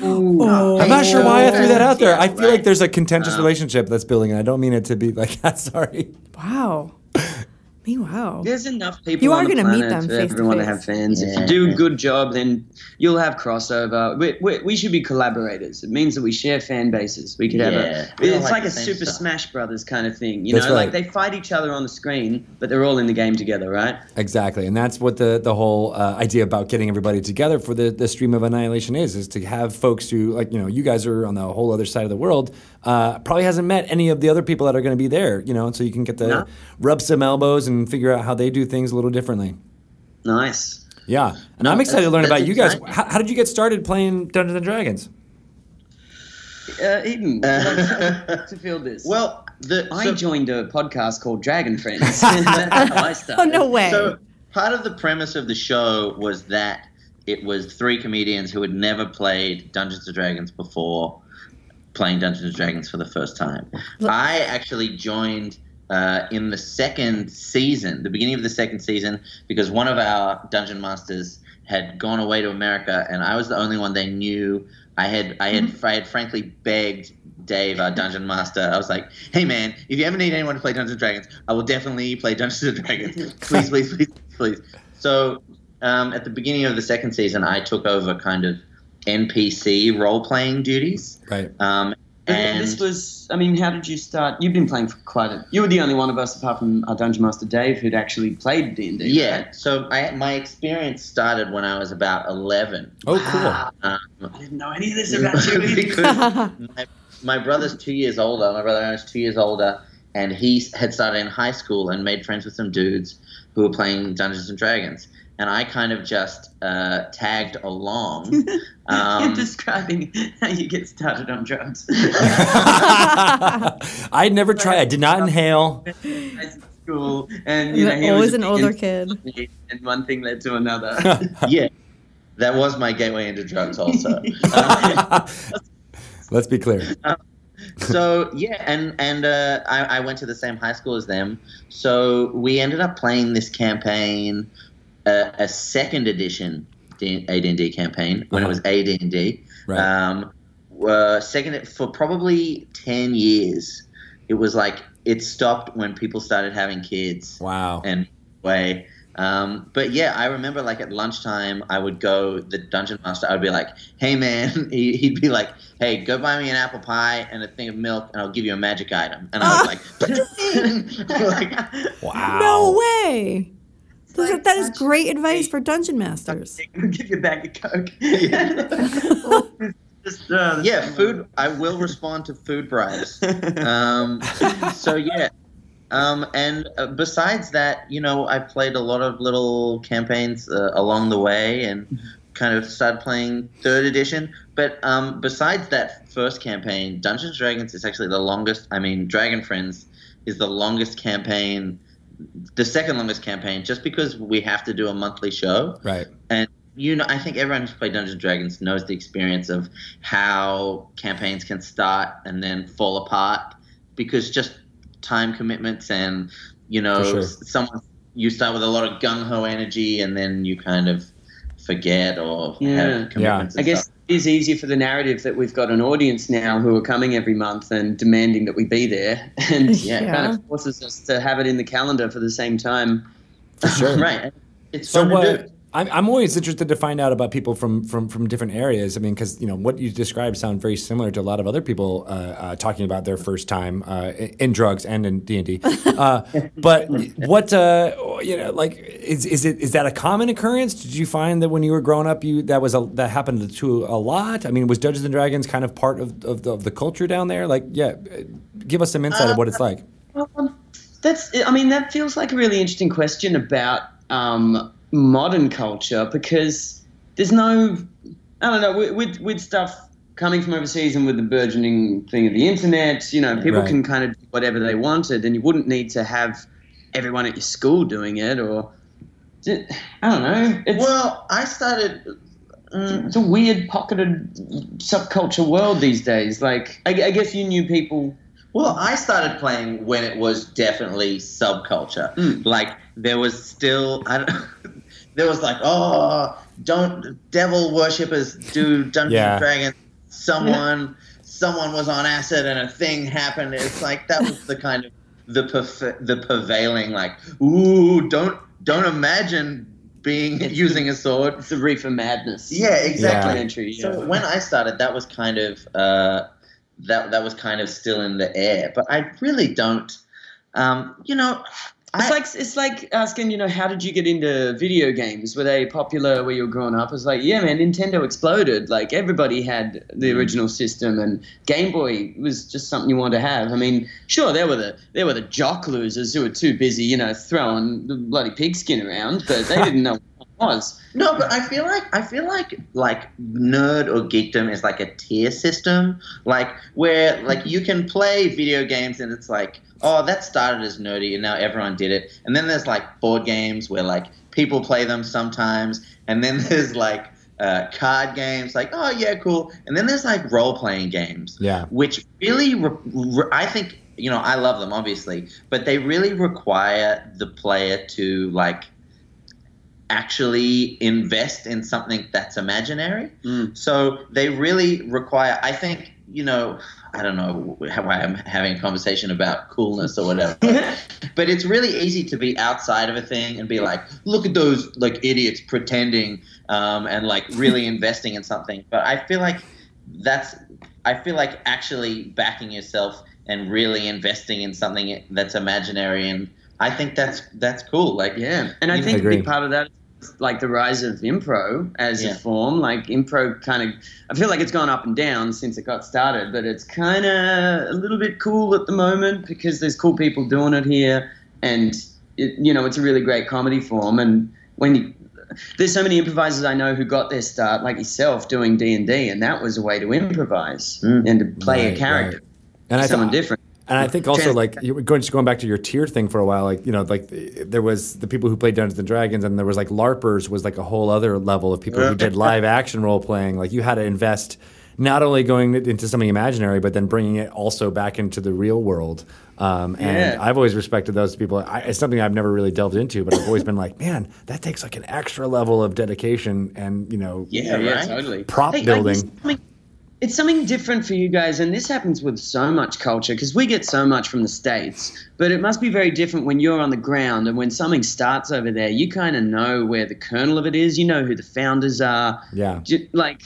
Speaker 2: Oh.
Speaker 1: I'm not sure why I threw that out there. I feel like Uh, there's a contentious relationship that's building, and I don't mean it to be like that. Sorry.
Speaker 2: Wow. Wow.
Speaker 6: There's enough people.
Speaker 2: You
Speaker 6: on
Speaker 2: are
Speaker 6: the
Speaker 2: gonna meet
Speaker 6: planet
Speaker 2: them
Speaker 6: for
Speaker 2: face to
Speaker 6: everyone to
Speaker 2: face.
Speaker 6: have fans. If
Speaker 7: Yeah.
Speaker 6: you do a good job, then you'll have crossover. We, we, we should be collaborators. It means that we share fan bases. We could have
Speaker 7: Yeah.
Speaker 6: a.
Speaker 7: We all
Speaker 6: It's
Speaker 7: like
Speaker 6: like,
Speaker 7: the
Speaker 6: a
Speaker 7: same
Speaker 6: Super
Speaker 7: stuff.
Speaker 6: Smash Brothers kind of thing. You
Speaker 1: That's
Speaker 6: know, like
Speaker 1: right.
Speaker 6: they fight each other on the screen, but they're all in the game together, right?
Speaker 1: Exactly, and that's what the the whole uh, idea about getting everybody together for the the stream of annihilation is is to have folks who like you know you guys are on the whole other side of the world uh, probably hasn't met any of the other people that are going to be there you know and so you can get to
Speaker 6: No.
Speaker 1: rub some elbows and figure out how they do things a little differently.
Speaker 6: Nice.
Speaker 1: Yeah, and I'm excited to
Speaker 7: that's-
Speaker 1: learn about
Speaker 7: that's
Speaker 1: you guys.
Speaker 7: exciting.
Speaker 1: How, how did you get started playing Dungeons and Dragons?
Speaker 6: Uh, Eden, to feel this.
Speaker 7: Well, the
Speaker 6: I
Speaker 7: so-
Speaker 6: joined a podcast called Dragon Friends. That's how I
Speaker 2: Oh
Speaker 6: started.
Speaker 2: no way.
Speaker 7: So part of the premise of the show was that it was three comedians who had never played Dungeons and Dragons before playing Dungeons and Dragons for the first time. I actually joined uh, in the second season, the beginning of the second season, because one of our dungeon masters had gone away to America, and I was the only one they knew. I had, I had, I had frankly begged Dave, our dungeon master. I was like, "Hey, man, if you ever need anyone to play Dungeons and Dragons, I will definitely play Dungeons and Dragons. please, please, please, please." So, um, at the beginning of the second season, I took over kind of NPC role playing duties.
Speaker 1: Right.
Speaker 7: Um,
Speaker 6: And
Speaker 7: and
Speaker 6: this was, I mean, how did you start? You've been playing for quite a. You were the only one of us, apart from our dungeon master Dave, who'd actually played D and D.
Speaker 7: yeah, so I, my experience started when I was about eleven.
Speaker 1: Oh, cool.
Speaker 7: Um,
Speaker 6: I didn't know any of this about you. Eden.
Speaker 7: because my, my brother's two years older. My brother and I was two years older, and he had started in high school and made friends with some dudes who were playing Dungeons and Dragons. And I kind of just uh, tagged along. Um,
Speaker 6: You're describing how you get started on drugs.
Speaker 1: I never tried. I did not inhale.
Speaker 6: At school, and you know, he
Speaker 2: You're always Oh, an
Speaker 6: was
Speaker 2: older kid.
Speaker 6: kid, and one thing led to another.
Speaker 7: yeah, that was my gateway into drugs, also. Um,
Speaker 1: Let's be clear.
Speaker 7: so yeah, and and uh, I, I went to the same high school as them. So we ended up playing this campaign, uh, a second edition D- AD&D campaign when
Speaker 1: Uh-huh.
Speaker 7: it was AD&D.
Speaker 1: Right.
Speaker 7: Um, were second for probably ten years. It was like it stopped when people started having kids
Speaker 1: Wow.
Speaker 7: and way. Um, but yeah, I remember like at lunchtime, I would go the dungeon master. I would be like, "Hey man," he, he'd be like, "Hey, go buy me an apple pie and a thing of milk, and I'll give you a magic item." And I was like, like,
Speaker 1: Wow.
Speaker 2: No way. Those are- that is great advice for dungeon masters.
Speaker 6: I'll give you a bag of coke. Just, uh,
Speaker 7: "Yeah, food. I will respond to food bribes." Um, so yeah, um, and uh, besides that, you know, I played a lot of little campaigns uh, along the way, and kind of started playing third edition. But um, besides that first campaign, Dungeons and Dragons is actually the longest. I mean, Dragon Friends is the longest campaign, the second longest campaign, just because we have to do a monthly show
Speaker 1: Right.
Speaker 7: and you know i think everyone who's played dungeons and dragons knows the experience of how campaigns can start and then fall apart because just time commitments and you know
Speaker 1: For sure.
Speaker 7: s- someone you start with a lot of gung-ho energy and then you kind of forget or
Speaker 6: Yeah.
Speaker 7: have commitments
Speaker 6: I
Speaker 7: and
Speaker 6: guess
Speaker 7: stuff.
Speaker 6: it is easier for the narrative that we've got an audience now who are coming every month and demanding that we be there, and
Speaker 7: Yeah.
Speaker 6: it kind of forces us to have it in the calendar for the same time.
Speaker 1: For sure.
Speaker 7: right it's
Speaker 1: So
Speaker 7: fun to
Speaker 1: what?
Speaker 7: do
Speaker 1: I'm, I'm always interested to find out about people from from from different areas. I mean, because you know what you described sound very similar to a lot of other people uh, uh, talking about their first time uh, in in drugs and in D and D. But what uh, you know, like, is is it is that a common occurrence? Did you find that when you were growing up, you that was a, that happened to a lot? I mean, was Dungeons and Dragons kind of part of of the, of the culture down there? Like, yeah, uh, give us some insight of what it's like.
Speaker 6: Um, That's, I mean, that feels like a really interesting question about um, modern culture because there's no, I don't know, with, with, with stuff coming from overseas and with the burgeoning thing of the internet, you know, people
Speaker 1: Right.
Speaker 6: can kind of do whatever they wanted and you wouldn't need to have everyone at your school doing it or, I don't know. It's,
Speaker 7: well i started mm,
Speaker 6: it's a weird pocketed subculture world these days. Like, I, I guess you knew people.
Speaker 7: Well, I started playing when it was definitely subculture. Like there was still, I don't, there was like, oh, don't devil worshippers do Dungeons
Speaker 1: Yeah.
Speaker 7: and Dragons? Someone, someone was on acid and a thing happened. It's like that was the kind of the perf- the prevailing like, ooh, don't don't imagine being using a sword.
Speaker 6: It's the Reefer Madness.
Speaker 7: Yeah, exactly.
Speaker 6: Documentary, yeah.
Speaker 7: So when I started, that was kind of uh, that that was kind of still in the air. But I really don't, um, you know,
Speaker 6: It's
Speaker 7: I,
Speaker 6: like it's like asking, you know, how did you get into video games? Were they popular where you were growing up? It's like, yeah, man, Nintendo exploded. Like everybody had the original system, and Game Boy was just something you wanted to have. I mean, sure, there were the there were the jock losers who were too busy, you know, throwing the bloody pigskin around, but they didn't know what it was.
Speaker 7: No, but I feel like I feel like like nerd or geekdom is like a tier system, like where like you can play video games and it's like, oh, that started as nerdy and now everyone did it. And then there's like board games where like people play them sometimes, and then there's like uh, card games, like oh yeah, cool. And then there's like role playing games,
Speaker 1: Yeah.
Speaker 7: which really re- re- I think you know I love them obviously, but they really require the player to like actually invest in something that's imaginary.
Speaker 6: Mm.
Speaker 7: So they really require, I think, you know, I don't know wh- why I'm having a conversation about coolness or whatever, but it's really easy to be outside of a thing and be like, look at those like idiots pretending um, and like really investing in something. But I feel like that's, I feel like actually backing yourself and really investing in something that's imaginary and I think that's that's cool. Like
Speaker 6: Yeah, and I
Speaker 7: you-
Speaker 6: think a
Speaker 1: Agree.
Speaker 6: big part of that is like the rise of impro as
Speaker 7: Yeah.
Speaker 6: a form. Like impro, kind of, I feel like it's gone up and down since it got started, but it's kind of a little bit cool at the moment because there's cool people doing it here, and it, you know it's a really great comedy form. And when you there's so many improvisers I know who got their start, like yourself, doing D and D, and that was a way to improvise and to play
Speaker 1: Right,
Speaker 6: a character,
Speaker 1: And I
Speaker 6: someone
Speaker 1: thought-
Speaker 6: different.
Speaker 1: And I think also
Speaker 6: Trans-
Speaker 1: like you were going just going back to your tier thing for a while, like you know, like th- there was the people who played Dungeons and Dragons, and there was like LARPers was like a whole other level of people who did live action role playing. Like you had to invest not only going into something imaginary, but then bringing it also back into the real world. Um, and
Speaker 6: Yeah.
Speaker 1: I've always respected those people. I, it's something I've never really delved into, but I've always been like, man, that takes like an extra level of dedication and you know,
Speaker 7: Yeah, right?
Speaker 6: totally.
Speaker 1: prop
Speaker 6: Hey, I
Speaker 1: building.
Speaker 6: just- something- it's something different for you guys, and this happens with so much culture because we get so much from the states. But it must be very different when you're on the ground and when something starts over there, you kind of know where the kernel of it is. You know who the founders are.
Speaker 1: Yeah.
Speaker 6: Ju- like,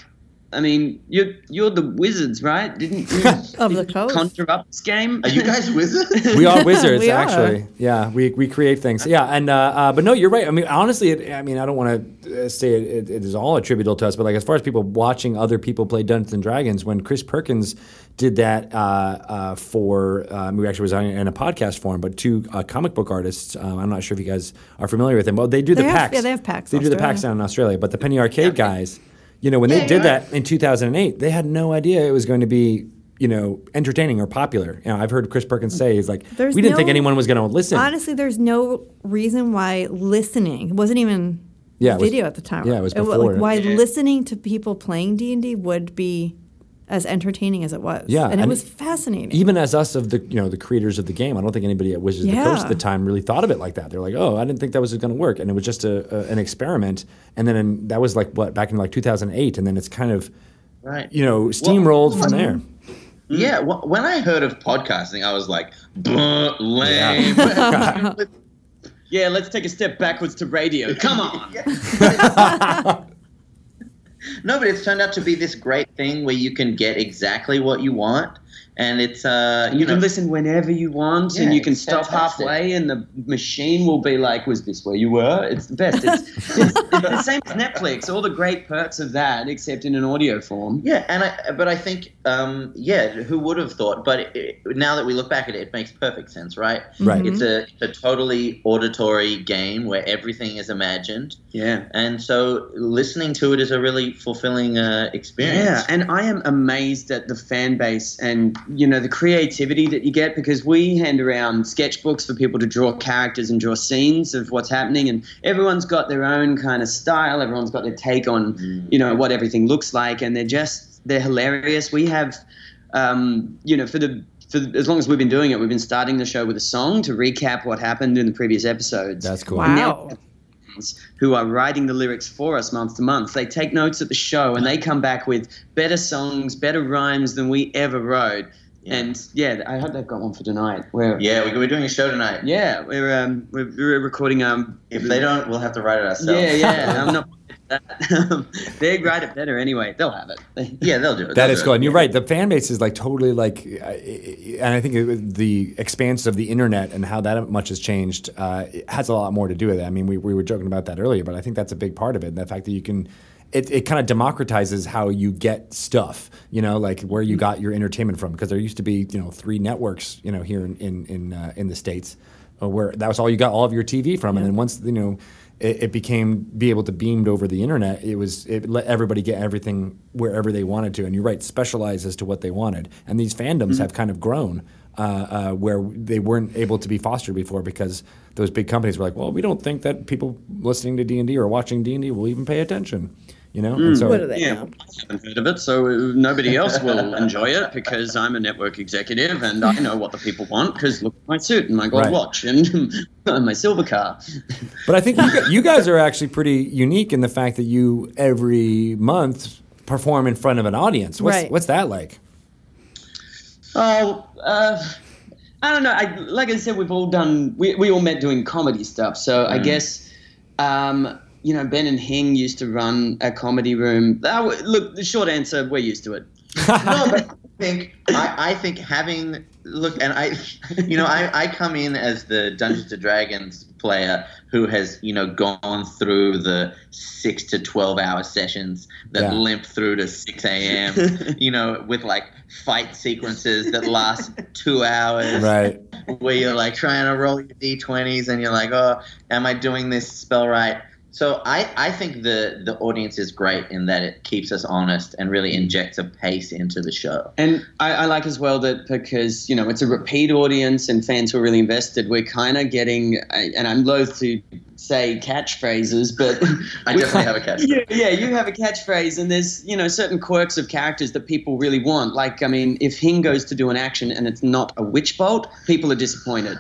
Speaker 6: I mean, you're you're the wizards, right? Didn't you
Speaker 2: Of the
Speaker 6: did you
Speaker 2: coast.
Speaker 6: conjure up this game?
Speaker 7: Are you guys wizards?
Speaker 1: we are wizards
Speaker 2: We are.
Speaker 1: actually yeah we, we create things yeah and uh, uh, but no you're right i mean honestly it, i mean i don't want to say it, it, it is all attributable to us but like as far as people watching other people play dungeons and dragons when chris perkins did that uh, uh, for um, we actually was on in a podcast form but two uh, comic book artists um, i'm not sure if you guys are familiar with them well they do the
Speaker 2: They have-
Speaker 1: packs
Speaker 2: yeah, they have packs,
Speaker 1: they do the
Speaker 2: Australia.
Speaker 1: packs down in australia but the penny arcade guys you know when they did that in 2008 they had no idea it was going to be you know, entertaining or popular. You know, I've heard Chris Perkins say he's like,
Speaker 2: There's
Speaker 1: we didn't
Speaker 2: no-
Speaker 1: think anyone was going to listen.
Speaker 2: Honestly, there's no reason why listening it wasn't even
Speaker 1: Yeah, it was-
Speaker 2: video at the time.
Speaker 1: yeah, it was
Speaker 2: wa-
Speaker 1: before.
Speaker 2: why listening to people playing D and D would be as entertaining as it was.
Speaker 1: Yeah,
Speaker 2: and it
Speaker 1: and
Speaker 2: was fascinating.
Speaker 1: Even as us of the you know the creators of the game, I don't think anybody at Wizards of the
Speaker 2: Yeah.
Speaker 1: Coast at the time really thought of it like that. They're like, oh, I didn't think that was going to work, and it was just a, a an experiment. And then in, that was like what back in like 2008, and then it's kind of
Speaker 7: Right.
Speaker 1: you know steamrolled from there.
Speaker 2: mm-hmm.
Speaker 7: Yeah. Wh- when I heard of podcasting, I was like, "Bleh, lame.
Speaker 6: Yeah, let's take a step backwards to radio. Come on.
Speaker 7: no, but it's turned out to be this great thing where you can get exactly what you want, and it's uh,
Speaker 6: You can listen whenever you want,
Speaker 7: Yeah,
Speaker 6: and you can
Speaker 7: it's
Speaker 6: stop
Speaker 7: fantastic.
Speaker 6: halfway, and the machine will be like, "Was this where you were?" It's the best. It's, it's, it's the same as Netflix. All the great perks of that, except in an audio form.
Speaker 7: Yeah, and I but I think um, yeah, who would have thought? But it, it- now that we look back at it, it makes perfect sense, right?
Speaker 1: Right.
Speaker 6: Mm-hmm.
Speaker 7: It's a it's a totally auditory game where everything is imagined,
Speaker 6: Yeah.
Speaker 7: and so listening to it is a really fulfilling uh, experience.
Speaker 6: Yeah, and I am amazed at the fan base and you know the creativity that you get because we hand around sketchbooks for people to draw characters and draw scenes of what's happening, and everyone's got their own kind of style. Everyone's got their take on you know what everything looks like, and they're just they're hilarious. We have, um, you know, for the for the, as long as we've been doing it, we've been starting the show with a song to recap what happened in the previous episodes
Speaker 1: That's cool.
Speaker 2: wow.
Speaker 6: musicians who are writing the lyrics for us month to month. They take notes at the show and they come back with better songs, better rhymes than we ever wrote. And yeah, I hope they've got one for tonight. Where
Speaker 7: Yeah, we, we're doing a show tonight.
Speaker 6: yeah, we're um we're, we're recording um
Speaker 7: If they don't, we'll have to write it ourselves.
Speaker 6: yeah yeah I'm not they write it better anyway. They'll have it.
Speaker 7: yeah, they'll do it.
Speaker 1: That
Speaker 7: They'll
Speaker 1: is
Speaker 7: do
Speaker 1: cool.
Speaker 7: it.
Speaker 1: And you're right. The fan base is like totally like, uh, and I think it, the expanse of the internet and how that much has changed uh, it has a lot more to do with it. I mean, we, we were joking about that earlier, but I think that's a big part of it. And the fact that you can, it, it kind of democratizes how you get stuff, you know, like where
Speaker 7: Mm.
Speaker 1: you got your entertainment from. Because there used to be, you know, three networks, you know, here in, in, in, uh, in the States uh, where that was all you got all of your TV from. And then once, you know, it, it became be able to beamed over the internet. It was it let everybody get everything wherever they wanted to, and you're right, specialize as to what they wanted. And these fandoms
Speaker 2: Mm-hmm.
Speaker 1: have kind of grown uh, uh, where they weren't able to be fostered before because those big companies were like, well, we don't think that people listening to D and D or watching D and D will even pay attention, you know. And so
Speaker 2: Mm. What are they
Speaker 6: Yeah,
Speaker 2: now?
Speaker 6: I haven't heard of it, so uh, nobody else will enjoy it because I'm a network executive and I know what the people want because look at my suit and my gold
Speaker 1: Right.
Speaker 6: watch and my silver car.
Speaker 1: But I think you, gu- you guys are actually pretty unique in the fact that you every month perform in front of an audience. What's
Speaker 2: Right.
Speaker 1: what's that like?
Speaker 6: Oh, uh, I don't know. I, like I said, we've all done, we, we all met doing comedy stuff. So I guess, um, you know, Ben and Hing used to run a comedy room. That w- look, the short answer, we're used to it.
Speaker 7: no, but I think I, I think having look and I you know I, I come in as the Dungeons and Dragons player who has you know gone through the six to twelve hour sessions that
Speaker 1: Yeah.
Speaker 7: limp through to six a.m. you know with like fight sequences that last two hours
Speaker 1: Right.
Speaker 7: where you're like trying to roll your d20s and you're like, oh, am I doing this spell right? So I, I think the, the audience is great in that it keeps us honest and really injects a pace into the show.
Speaker 6: And I, I like as well that because you know it's a repeat audience and fans who are really invested. We're kind of getting, I- and I'm loath to say catchphrases, but
Speaker 7: I definitely have a catch.
Speaker 6: yeah, yeah, you have a catchphrase, and there's you know certain quirks of characters that people really want. Like, I mean, if Hing goes to do an action and it's not a witch bolt, people are disappointed.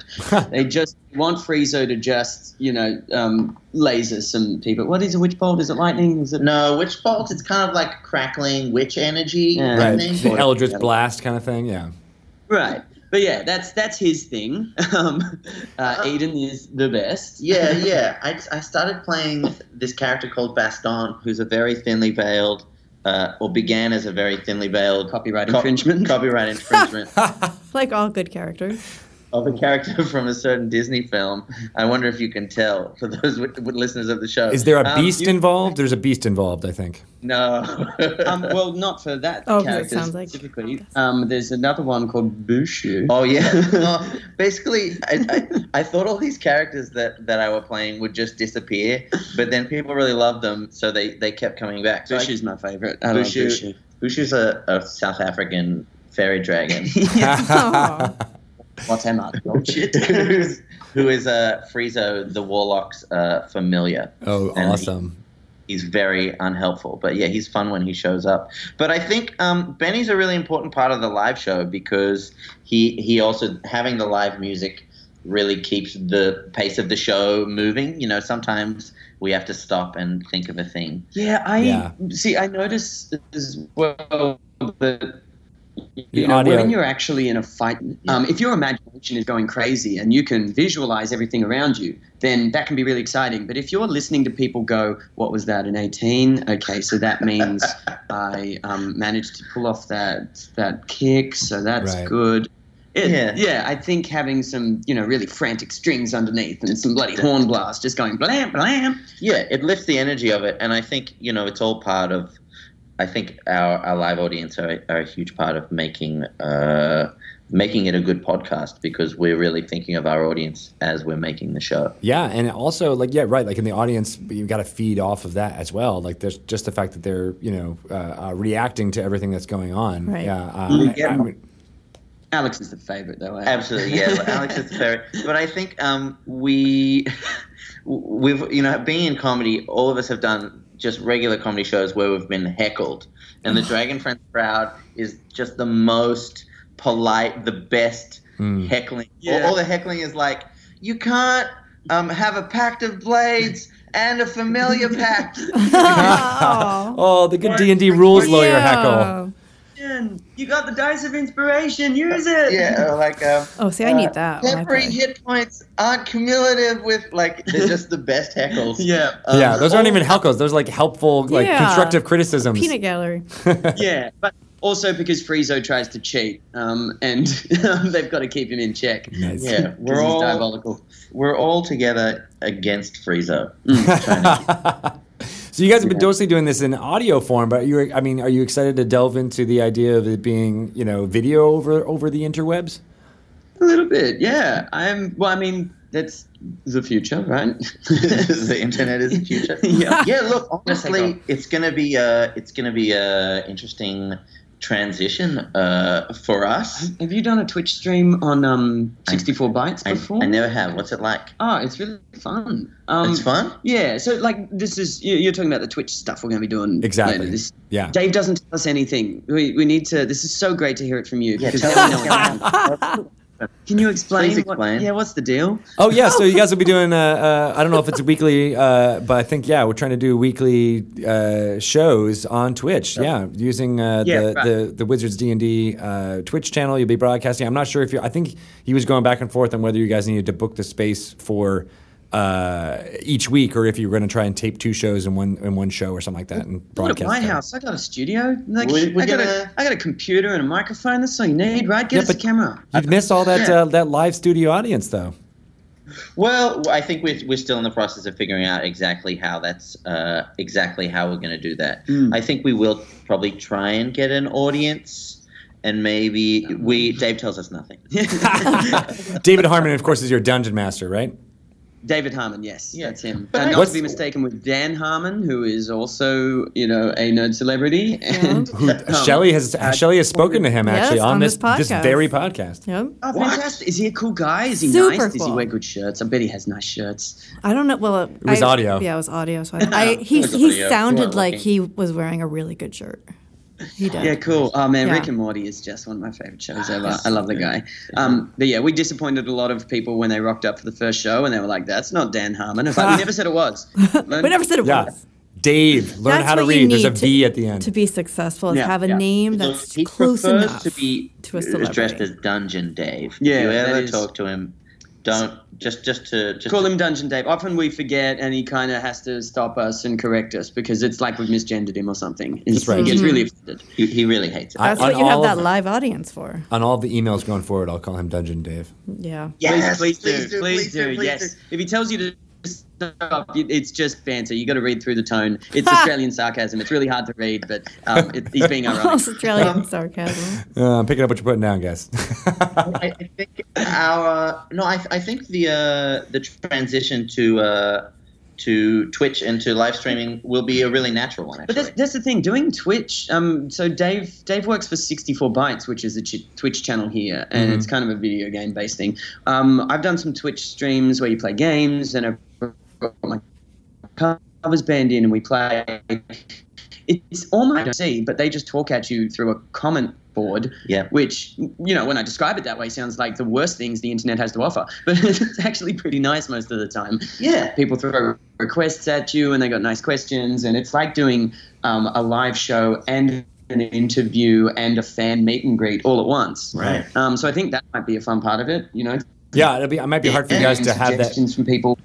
Speaker 6: they just want Friezo to just you know um, laser some people. What is a witch bolt? Is it lightning? Is it
Speaker 7: No, witch bolt, it's kind of like crackling witch energy.
Speaker 6: Yeah.
Speaker 7: I
Speaker 1: Right.
Speaker 7: think.
Speaker 1: The Eldritch Blast kind of thing. Yeah.
Speaker 6: Right. But yeah, that's that's his thing. Um, uh, Aiden is the best.
Speaker 7: Yeah, yeah. I, I started playing this character called Baston, who's a very thinly veiled, uh, or began as a very thinly veiled
Speaker 6: Copyright
Speaker 7: co-
Speaker 6: infringement.
Speaker 7: Copyright infringement.
Speaker 2: Like all good characters.
Speaker 7: of a character from a certain Disney film. I wonder if you can tell for those w- w- listeners of the show.
Speaker 1: Is there a
Speaker 7: Um,
Speaker 1: beast
Speaker 7: you-
Speaker 1: involved? There's a beast involved, I think.
Speaker 7: No.
Speaker 6: Um, well, not for that
Speaker 2: Oh, 'cause it
Speaker 6: character
Speaker 2: sounds like-
Speaker 6: specifically. um, there's another one called Bushu.
Speaker 7: oh yeah. Well, basically, I, I, I thought all these characters that, that I were playing would just disappear, but then people really loved them, so they, they kept coming back. So I-
Speaker 6: Bushu's my favorite. I love
Speaker 7: Bushu.
Speaker 6: Bushu.
Speaker 7: Bushu's a, a South African fairy dragon.
Speaker 2: Aw.
Speaker 6: What's him up? Oh, shit.
Speaker 7: who's, who is uh, Friezo, the warlock's uh, familiar.
Speaker 1: Oh,
Speaker 7: And he-
Speaker 1: awesome.
Speaker 7: he's very unhelpful. But yeah, he's fun when he shows up. But I think um, Benny's a really important part of the live show because he he also having the live music really keeps the pace of the show moving. You know, sometimes we have to stop and think of a thing.
Speaker 6: Yeah, I
Speaker 1: Yeah.
Speaker 6: see. I noticed as well that
Speaker 1: The
Speaker 6: you know,
Speaker 1: audio-
Speaker 6: when you're actually in a fight, um, if your imagination is going crazy and you can visualize everything around you, then that can be really exciting. But if you're listening to people go, "What was that in 18?" Okay, so that means I um, managed to pull off that that kick, so that's
Speaker 1: Right.
Speaker 6: good. It-
Speaker 7: Yeah.
Speaker 6: yeah, I think having some you know really frantic strings underneath and some bloody horn blast just going blam blam.
Speaker 7: Yeah, it lifts the energy of it, and I think you know it's all part of. I think our, our live audience are, are a huge part of making uh, making it a good podcast because we're really thinking of our audience as we're making the show.
Speaker 1: Yeah, and also like yeah, right. Like in the audience, you got to feed off of that as well. Like there's just the fact that they're you know uh, uh, reacting to everything that's going on.
Speaker 2: Right.
Speaker 1: Yeah.
Speaker 7: Mm-hmm.
Speaker 1: Uh, I- I mean-
Speaker 6: Alex is the favorite though. eh?
Speaker 7: Absolutely, yeah. Well, Alex is fair, but I think um, we we've you know being in comedy, all of us have done just regular comedy shows where we've been heckled, and the Dragon Friends crowd is just the most polite, the best
Speaker 2: Hmm.
Speaker 7: heckling. All-
Speaker 6: Yeah.
Speaker 7: All, the heckling is like you can't um, have a pact of blades and a familiar pact.
Speaker 2: Aw.
Speaker 1: oh, the good Oh, D and D rules lawyer
Speaker 2: Yeah.
Speaker 1: heckle.
Speaker 6: Jen, You got the dice of inspiration. Use it.
Speaker 7: Yeah, or like um,
Speaker 2: Oh, see, I need that. when I
Speaker 7: temporary
Speaker 2: play.
Speaker 7: hit points aren't cumulative with like they're just the best heckles.
Speaker 6: Yeah.
Speaker 7: Um,
Speaker 1: yeah, those aren't even helcos. Those are like helpful, like
Speaker 2: Yeah.
Speaker 1: constructive criticisms.
Speaker 2: Peanut gallery.
Speaker 6: yeah, but also because Friezo tries to cheat, um, and they've got to keep him in check.
Speaker 1: Nice.
Speaker 7: Yeah,
Speaker 6: 'Cause
Speaker 7: we're
Speaker 6: he's
Speaker 7: all
Speaker 6: diabolical.
Speaker 7: we're all together against Frieza.
Speaker 1: So you guys have been mostly doing this in audio form, but you, I mean, are you excited to delve into the idea of it being, you know, video over over the interwebs?
Speaker 6: A little bit, yeah. I'm. Well, I mean, that's the future, right?
Speaker 7: the internet is the future.
Speaker 6: Yeah.
Speaker 7: yeah. Look,
Speaker 6: Yes, I
Speaker 7: honestly, it's gonna be a it's gonna be a interesting transition uh, for us.
Speaker 6: Have you done a Twitch stream on um, 64 bytes
Speaker 7: I,
Speaker 6: before?
Speaker 7: I never have. What's it like?
Speaker 6: Oh, it's really fun. Um,
Speaker 7: it's fun.
Speaker 6: Yeah. So, like, this is you- you're talking about the Twitch stuff we're going to be doing
Speaker 1: Exactly.
Speaker 6: later. This,
Speaker 1: Yeah.
Speaker 6: Dave doesn't tell us anything. We, we need to. This is so great to hear it from you.
Speaker 7: Yeah,
Speaker 6: because
Speaker 7: tell
Speaker 6: we
Speaker 7: us.
Speaker 6: know it. Can you explain?
Speaker 7: Please
Speaker 6: what-
Speaker 7: explain.
Speaker 6: yeah. What's the deal?
Speaker 1: Oh yeah, so you guys will be doing. Uh, uh, I don't know if it's weekly, uh, but I think yeah, we're trying to do weekly uh, shows on Twitch. Yeah, using uh,
Speaker 6: Yeah,
Speaker 1: the,
Speaker 6: right.
Speaker 1: the the Wizards D and D Twitch channel. You'll be broadcasting. I'm not sure if you. are I think he was going back and forth on whether you guys needed to book the space for uh, each week or if you were going to try and tape two shows in one in one show or something like that and
Speaker 6: Not at
Speaker 1: broadcast.
Speaker 6: my
Speaker 1: them.
Speaker 6: house. I got a studio. Like,
Speaker 7: We- we
Speaker 6: I, got
Speaker 7: gotta-
Speaker 6: a, I got a computer and a microphone. That's all you need, right? Get
Speaker 1: Yeah,
Speaker 6: us a
Speaker 1: but-
Speaker 6: camera.
Speaker 1: You'd miss all that uh, that live studio audience though.
Speaker 7: Well, I think we're, we're still in the process of figuring out exactly how that's uh, exactly how we're going to do that.
Speaker 6: Hmm.
Speaker 7: I think we will probably try and get an audience, and maybe we. Dave tells us nothing.
Speaker 1: David Harmon, of course, is your dungeon master, right?
Speaker 6: David Harmon, yes, that's him.
Speaker 7: But
Speaker 6: and
Speaker 7: I-
Speaker 6: not
Speaker 1: What's-
Speaker 6: to be mistaken with Dan Harmon, who is also, you know, a nerd celebrity. And
Speaker 1: Who uh, Shelley has Shelley has spoken to him actually
Speaker 2: Yes,
Speaker 1: on,
Speaker 2: on
Speaker 1: this
Speaker 2: this
Speaker 1: this
Speaker 2: podcast.
Speaker 1: very podcast.
Speaker 2: Yep.
Speaker 6: oh, fantastic! Is he a cool guy? Is he
Speaker 2: Super
Speaker 6: nice? Does he
Speaker 2: cool.
Speaker 6: wear good shirts? I bet he has nice shirts.
Speaker 2: I don't know. Well, it
Speaker 1: was audio.
Speaker 2: Yeah, it was audio. So I, I he
Speaker 7: It was
Speaker 2: he
Speaker 7: audio. You
Speaker 2: sounded
Speaker 7: weren't
Speaker 2: like
Speaker 7: looking.
Speaker 2: he was wearing a really good shirt. He did.
Speaker 6: Yeah, cool. Oh man,
Speaker 2: Yeah.
Speaker 6: Rick and Morty is just one of my favorite shows ever. I love the guy. Um, but yeah, we disappointed a lot of people when they rocked up for the first show and they were like, "That's not Dan Harmon." In fact, we never said it was.
Speaker 2: We never said it
Speaker 1: Yeah.
Speaker 2: was.
Speaker 1: Dave, learn
Speaker 2: That's
Speaker 1: how to
Speaker 2: what you
Speaker 1: read. There's a
Speaker 2: need
Speaker 1: V at the end.
Speaker 2: To be successful is
Speaker 6: Yeah,
Speaker 2: have a
Speaker 6: yeah.
Speaker 2: name that's
Speaker 7: he
Speaker 2: close
Speaker 7: prefers
Speaker 2: enough
Speaker 7: to be
Speaker 2: to a celebrity.
Speaker 7: dressed as Dungeon Dave.
Speaker 6: Yeah,
Speaker 7: if you
Speaker 6: that
Speaker 7: ever
Speaker 6: is-
Speaker 7: talk to him, don't just just to just
Speaker 6: Call
Speaker 7: to-
Speaker 6: him Dungeon Dave. Often we forget, and he kind of has to stop us and correct us because it's like we've misgendered him or something. It's-
Speaker 1: That's right.
Speaker 6: He gets really offended.
Speaker 7: He, he really hates it.
Speaker 1: I-
Speaker 2: that's
Speaker 1: on
Speaker 2: what you have
Speaker 1: all
Speaker 2: that
Speaker 1: of-
Speaker 2: live audience for.
Speaker 1: on all the emails going forward, I'll call him Dungeon Dave.
Speaker 2: Yeah.
Speaker 6: please, please, do, please, do, yes. If he tells you to stop, it- it's just banter. You got to read through the tone. It's Australian sarcasm. It's really hard to read, but um, it, he's being ironic.
Speaker 2: Australian
Speaker 7: Um,
Speaker 2: sarcasm.
Speaker 1: Uh, I'm picking up what you're putting down, guys.
Speaker 7: I, I think our no, I, I think the uh, the transition to uh, to Twitch and to live streaming will be a really natural one.
Speaker 6: But
Speaker 7: Actually,
Speaker 6: that's, that's the thing. Doing Twitch. Um, so Dave Dave works for 64 Bytes, which is a ch- Twitch channel here, and it's kind of a video game based thing. Um, I've done some Twitch streams where you play games, and I've got my covers band in, and we play. It's all I don't see, but they just talk at you through a comment board.
Speaker 7: Yeah.
Speaker 6: Which you know, when I describe it that way, sounds like the worst things the internet has to offer, but it's actually pretty nice most of the time
Speaker 7: yeah,
Speaker 6: people throw requests at you and they got nice questions and it's like doing um, a live show and an interview and a fan meet and greet all at once
Speaker 7: Right.
Speaker 6: um, so i think that might be a fun part of it you know
Speaker 1: yeah, it'll be, it might be hard for you guys to have that.
Speaker 6: suggestions from people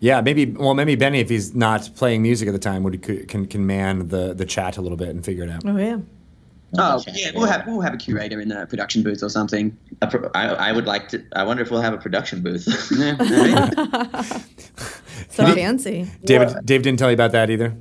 Speaker 1: Yeah, maybe. Well, maybe Benny, if he's not playing music at the time, would he, can can man the the chat a little bit and figure it out.
Speaker 2: Oh yeah.
Speaker 6: oh
Speaker 7: chat,
Speaker 6: yeah
Speaker 7: yeah.
Speaker 6: we'll have we'll have a curator in the production booth or something
Speaker 7: A pro- I, I would like to. I wonder if we'll have a production booth.
Speaker 2: So fancy.
Speaker 1: David, Dave didn't tell you about that either.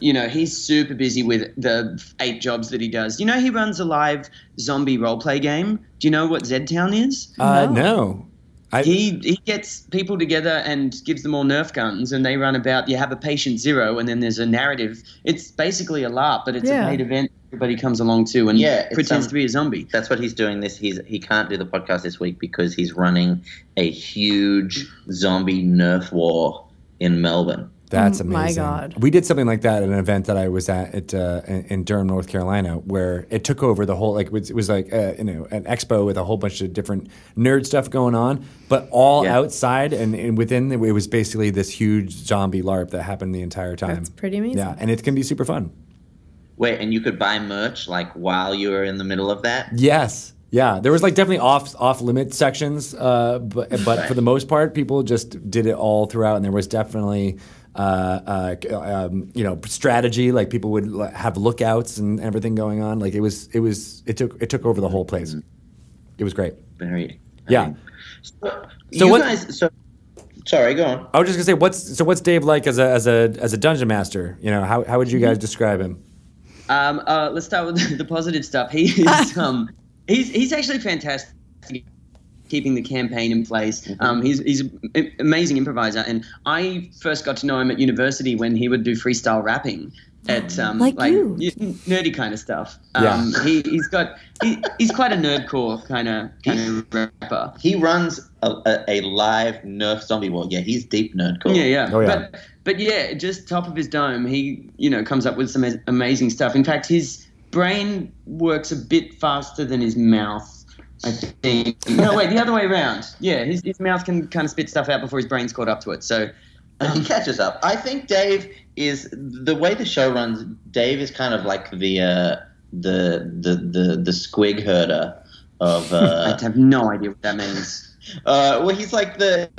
Speaker 6: you know he's super busy with the eight jobs that he does you know he runs a live zombie roleplay game do you know what zed town is
Speaker 1: Uh, no, I,
Speaker 6: He he gets people together and gives them all Nerf guns, and they run about. You have a patient zero, and then there's a narrative. It's basically a LARP, but it's
Speaker 2: Yeah.
Speaker 6: a paid event. Everybody comes along to and
Speaker 7: Yeah, it's,
Speaker 6: pretends
Speaker 7: um,
Speaker 6: to be a zombie.
Speaker 7: That's what he's doing. This he's he can't do the podcast this week because he's running a huge zombie nerf war in Melbourne.
Speaker 1: That's
Speaker 2: Mm,
Speaker 1: amazing.
Speaker 2: my God.
Speaker 1: We did something like that at an event that I was at, at uh, in in Durham, North Carolina, where it took over the whole like it was, it was like uh, you know an expo with a whole bunch of different nerd stuff going on, but all
Speaker 7: Yeah.
Speaker 1: outside and, and within it was basically this huge zombie LARP that happened the entire time.
Speaker 2: That's pretty amazing.
Speaker 1: Yeah, and it can be super fun.
Speaker 7: Wait, and you could buy merch like while you were in the middle of that?
Speaker 1: Yes. Yeah. There was like definitely off off limit sections, uh, but but for the most part, people just did it all throughout, and there was definitely. Uh, uh, um, you know, strategy. Like people would like, have lookouts and everything going on. Like it was, it was, it took, it took over the whole place.
Speaker 7: Mm-hmm.
Speaker 1: It was great.
Speaker 7: Very.
Speaker 1: Yeah.
Speaker 7: So,
Speaker 1: So
Speaker 7: you
Speaker 1: what-
Speaker 7: guys, so sorry, go on.
Speaker 1: I was just gonna say, what's so? What's Dave like as a as a as a dungeon master? You know, how how would you
Speaker 7: Mm-hmm.
Speaker 1: guys describe him?
Speaker 6: Um, uh, let's start with the positive stuff. He is um, he's he's actually fantastic. Keeping the campaign in place.
Speaker 2: Mm-hmm.
Speaker 6: Um, he's he's an amazing improviser, and I first got to know him at university when he would do freestyle rapping at um,
Speaker 2: Like you.
Speaker 6: nerdy kind of stuff.
Speaker 1: Yeah.
Speaker 6: Um, he, he's got he, he's quite a nerdcore kind of kind of rapper.
Speaker 7: He runs a, a, a live Nerf zombie war. Yeah, he's deep nerdcore.
Speaker 6: Yeah, yeah.
Speaker 1: Oh, yeah.
Speaker 6: But, but yeah, just top of his dome, he you know comes up with some az- amazing stuff. In fact, his brain works a bit faster than his mouth. I think. No, wait, the other way around. Yeah, his, his mouth can kind of spit stuff out before his brain's caught up to it. So,
Speaker 7: He catches up. I think Dave is the way the show runs. Dave is kind of like the uh, the, the the the squig herder of. Uh,
Speaker 6: I have no idea what that means.
Speaker 7: uh, well, he's like the.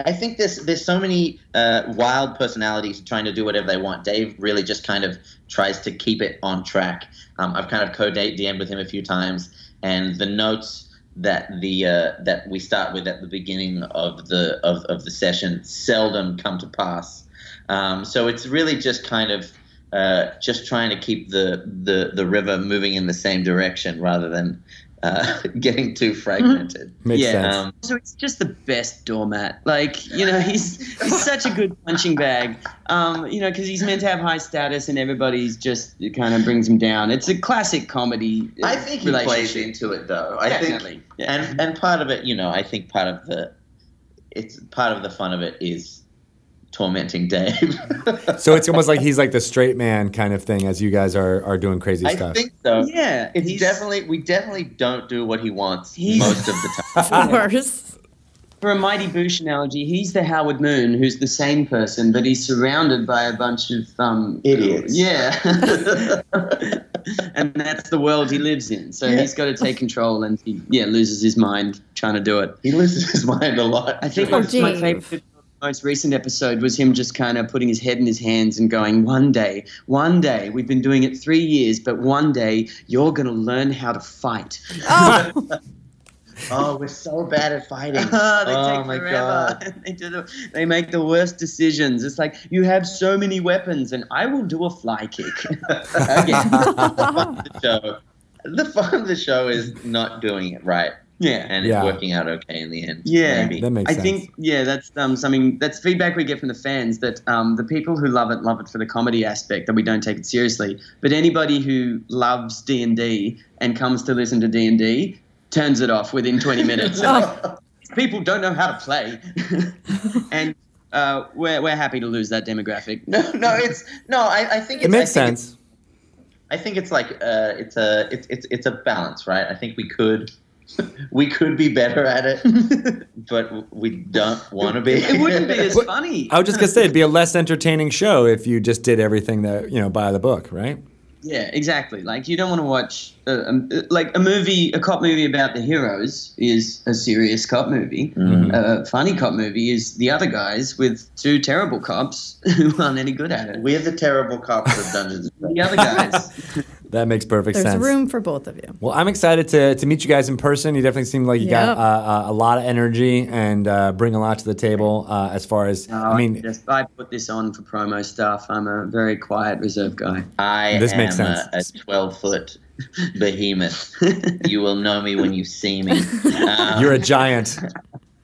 Speaker 7: I think there's there's so many uh, wild personalities trying to do whatever they want. Dave really just kind of tries to keep it on track. Um, I've kind of co DM'd with him a few times, and the notes that the uh, that we start with at the beginning of the of, of the session seldom come to pass. Um, so it's really just kind of uh, just trying to keep the, the the river moving in the same direction rather than uh, getting too fragmented.
Speaker 1: Makes
Speaker 6: Yeah,
Speaker 1: sense.
Speaker 7: Um,
Speaker 6: So he's just the best doormat. Like you know, he's he's such a good punching bag. Um, you know, because he's meant to have high status, and everybody's just it kind of brings him down. It's a classic comedy. uh,
Speaker 7: I think he plays
Speaker 6: relationship.
Speaker 7: into it though. I
Speaker 6: Definitely.
Speaker 7: think,
Speaker 6: Yeah.
Speaker 7: and and part of it, you know, I think part of the it's part of the fun of it is tormenting Dave.
Speaker 1: So it's almost like he's like the straight man kind of thing, as you guys are are doing crazy
Speaker 7: I
Speaker 1: stuff.
Speaker 7: think so.
Speaker 6: Yeah,
Speaker 7: it's
Speaker 6: he's-
Speaker 7: definitely we definitely don't do what he wants
Speaker 6: He's-
Speaker 7: most of the time.
Speaker 2: Worse.
Speaker 6: for a Mighty Boosh analogy, he's the Howard Moon, who's the same person, but he's surrounded by a bunch of um,
Speaker 7: Idiots.
Speaker 6: Yeah, and that's the world he lives in. So
Speaker 7: Yeah.
Speaker 6: he's got to take control, and he yeah loses his mind trying to do it.
Speaker 7: he loses his mind a lot.
Speaker 6: I think
Speaker 2: Oh,
Speaker 6: my
Speaker 2: Dave.
Speaker 6: favorite most recent episode was him just kind of putting his head in his hands and going, One day, one day, we've been doing it three years, but one day you're going to learn how to fight.
Speaker 2: Oh,
Speaker 7: oh, we're so bad at fighting.
Speaker 6: Ah, they
Speaker 7: oh
Speaker 6: take
Speaker 7: my
Speaker 6: forever.
Speaker 7: god.
Speaker 6: they, do the, they make the worst decisions. It's like you have so many weapons, and I will do a fly kick.
Speaker 7: Again, the fun of the show. The fun of the show is not doing it right
Speaker 6: yeah.
Speaker 7: and
Speaker 1: Yeah.
Speaker 7: it's working out okay in the end.
Speaker 6: Yeah.
Speaker 7: maybe.
Speaker 1: that makes
Speaker 6: I
Speaker 1: sense.
Speaker 6: think yeah, that's um, something that's feedback we get from the fans that um, the people who love it love it for the comedy aspect that we don't take it seriously. But anybody who loves D and D and comes to listen to D and D turns it off within 20 minutes. They're
Speaker 1: Oh.
Speaker 7: Oh.
Speaker 6: like, "These people don't know how to play, and uh, we're we're happy to lose that demographic.
Speaker 7: No, no, it's no. I, I think it's,
Speaker 1: it makes
Speaker 7: I think
Speaker 1: sense.
Speaker 7: It's, I think it's like uh, it's a it's, it's it's a balance, right? I think we could we could be better at it, but we don't want to be.
Speaker 6: It wouldn't be as funny.
Speaker 1: I was just gonna say it'd be a less entertaining show if you just did everything that you know by the book, right?
Speaker 6: Yeah, exactly. Like you don't want to watch uh, um, uh, like a movie, a cop movie about the heroes is a serious cop movie. A funny cop movie is the other guys with two terrible cops who aren't any good at it.
Speaker 7: We're the terrible cops of Dungeons. and
Speaker 6: The
Speaker 7: Dragons.
Speaker 6: other guys.
Speaker 1: That makes perfect
Speaker 2: there's
Speaker 1: sense.
Speaker 2: room for both of you.
Speaker 1: Well, I'm excited to, to meet you guys in person. You definitely seem like you got
Speaker 2: Yep.
Speaker 1: uh, uh, a lot of energy and uh, bring a lot to the table. Uh, as far as I mean,
Speaker 6: Oh, just, I put this on for promo stuff. I'm a very quiet, reserved guy.
Speaker 7: I
Speaker 1: This
Speaker 7: this am
Speaker 1: makes
Speaker 7: a
Speaker 1: sense.
Speaker 7: twelve foot behemoth. you will know me when you see me. Um,
Speaker 1: you're a giant.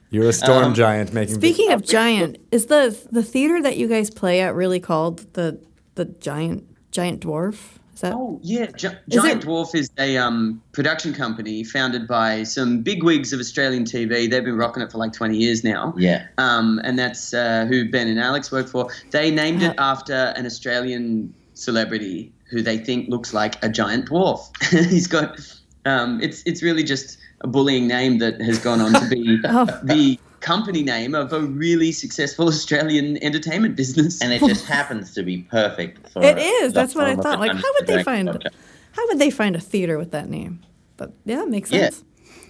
Speaker 1: You're a storm
Speaker 7: Um,
Speaker 1: giant making.
Speaker 2: Speaking of giant, is the the theater that you guys play at really called the the giant giant dwarf? Is that
Speaker 6: Oh yeah, Gi- Giant
Speaker 2: it-
Speaker 6: Dwarf is a um, production company founded by some bigwigs of Australian TV. They've been rocking it for like 20 years now.
Speaker 7: yeah.
Speaker 6: um, and that's uh, who Ben and Alex work for. They named it after an Australian celebrity who they think looks like a giant dwarf. He's got um, it's it's really just a bullying name that has gone on to be the company name of a really successful Australian entertainment business.
Speaker 7: and it just happens to be perfect for
Speaker 2: It is.
Speaker 7: the
Speaker 2: That's what I
Speaker 7: form of
Speaker 2: thought. Like, how would they
Speaker 7: Dungeons
Speaker 2: find?
Speaker 7: and Dragons
Speaker 2: How would they find a theater with that name? But yeah, it makes
Speaker 7: Yeah.
Speaker 2: sense.
Speaker 7: podcast.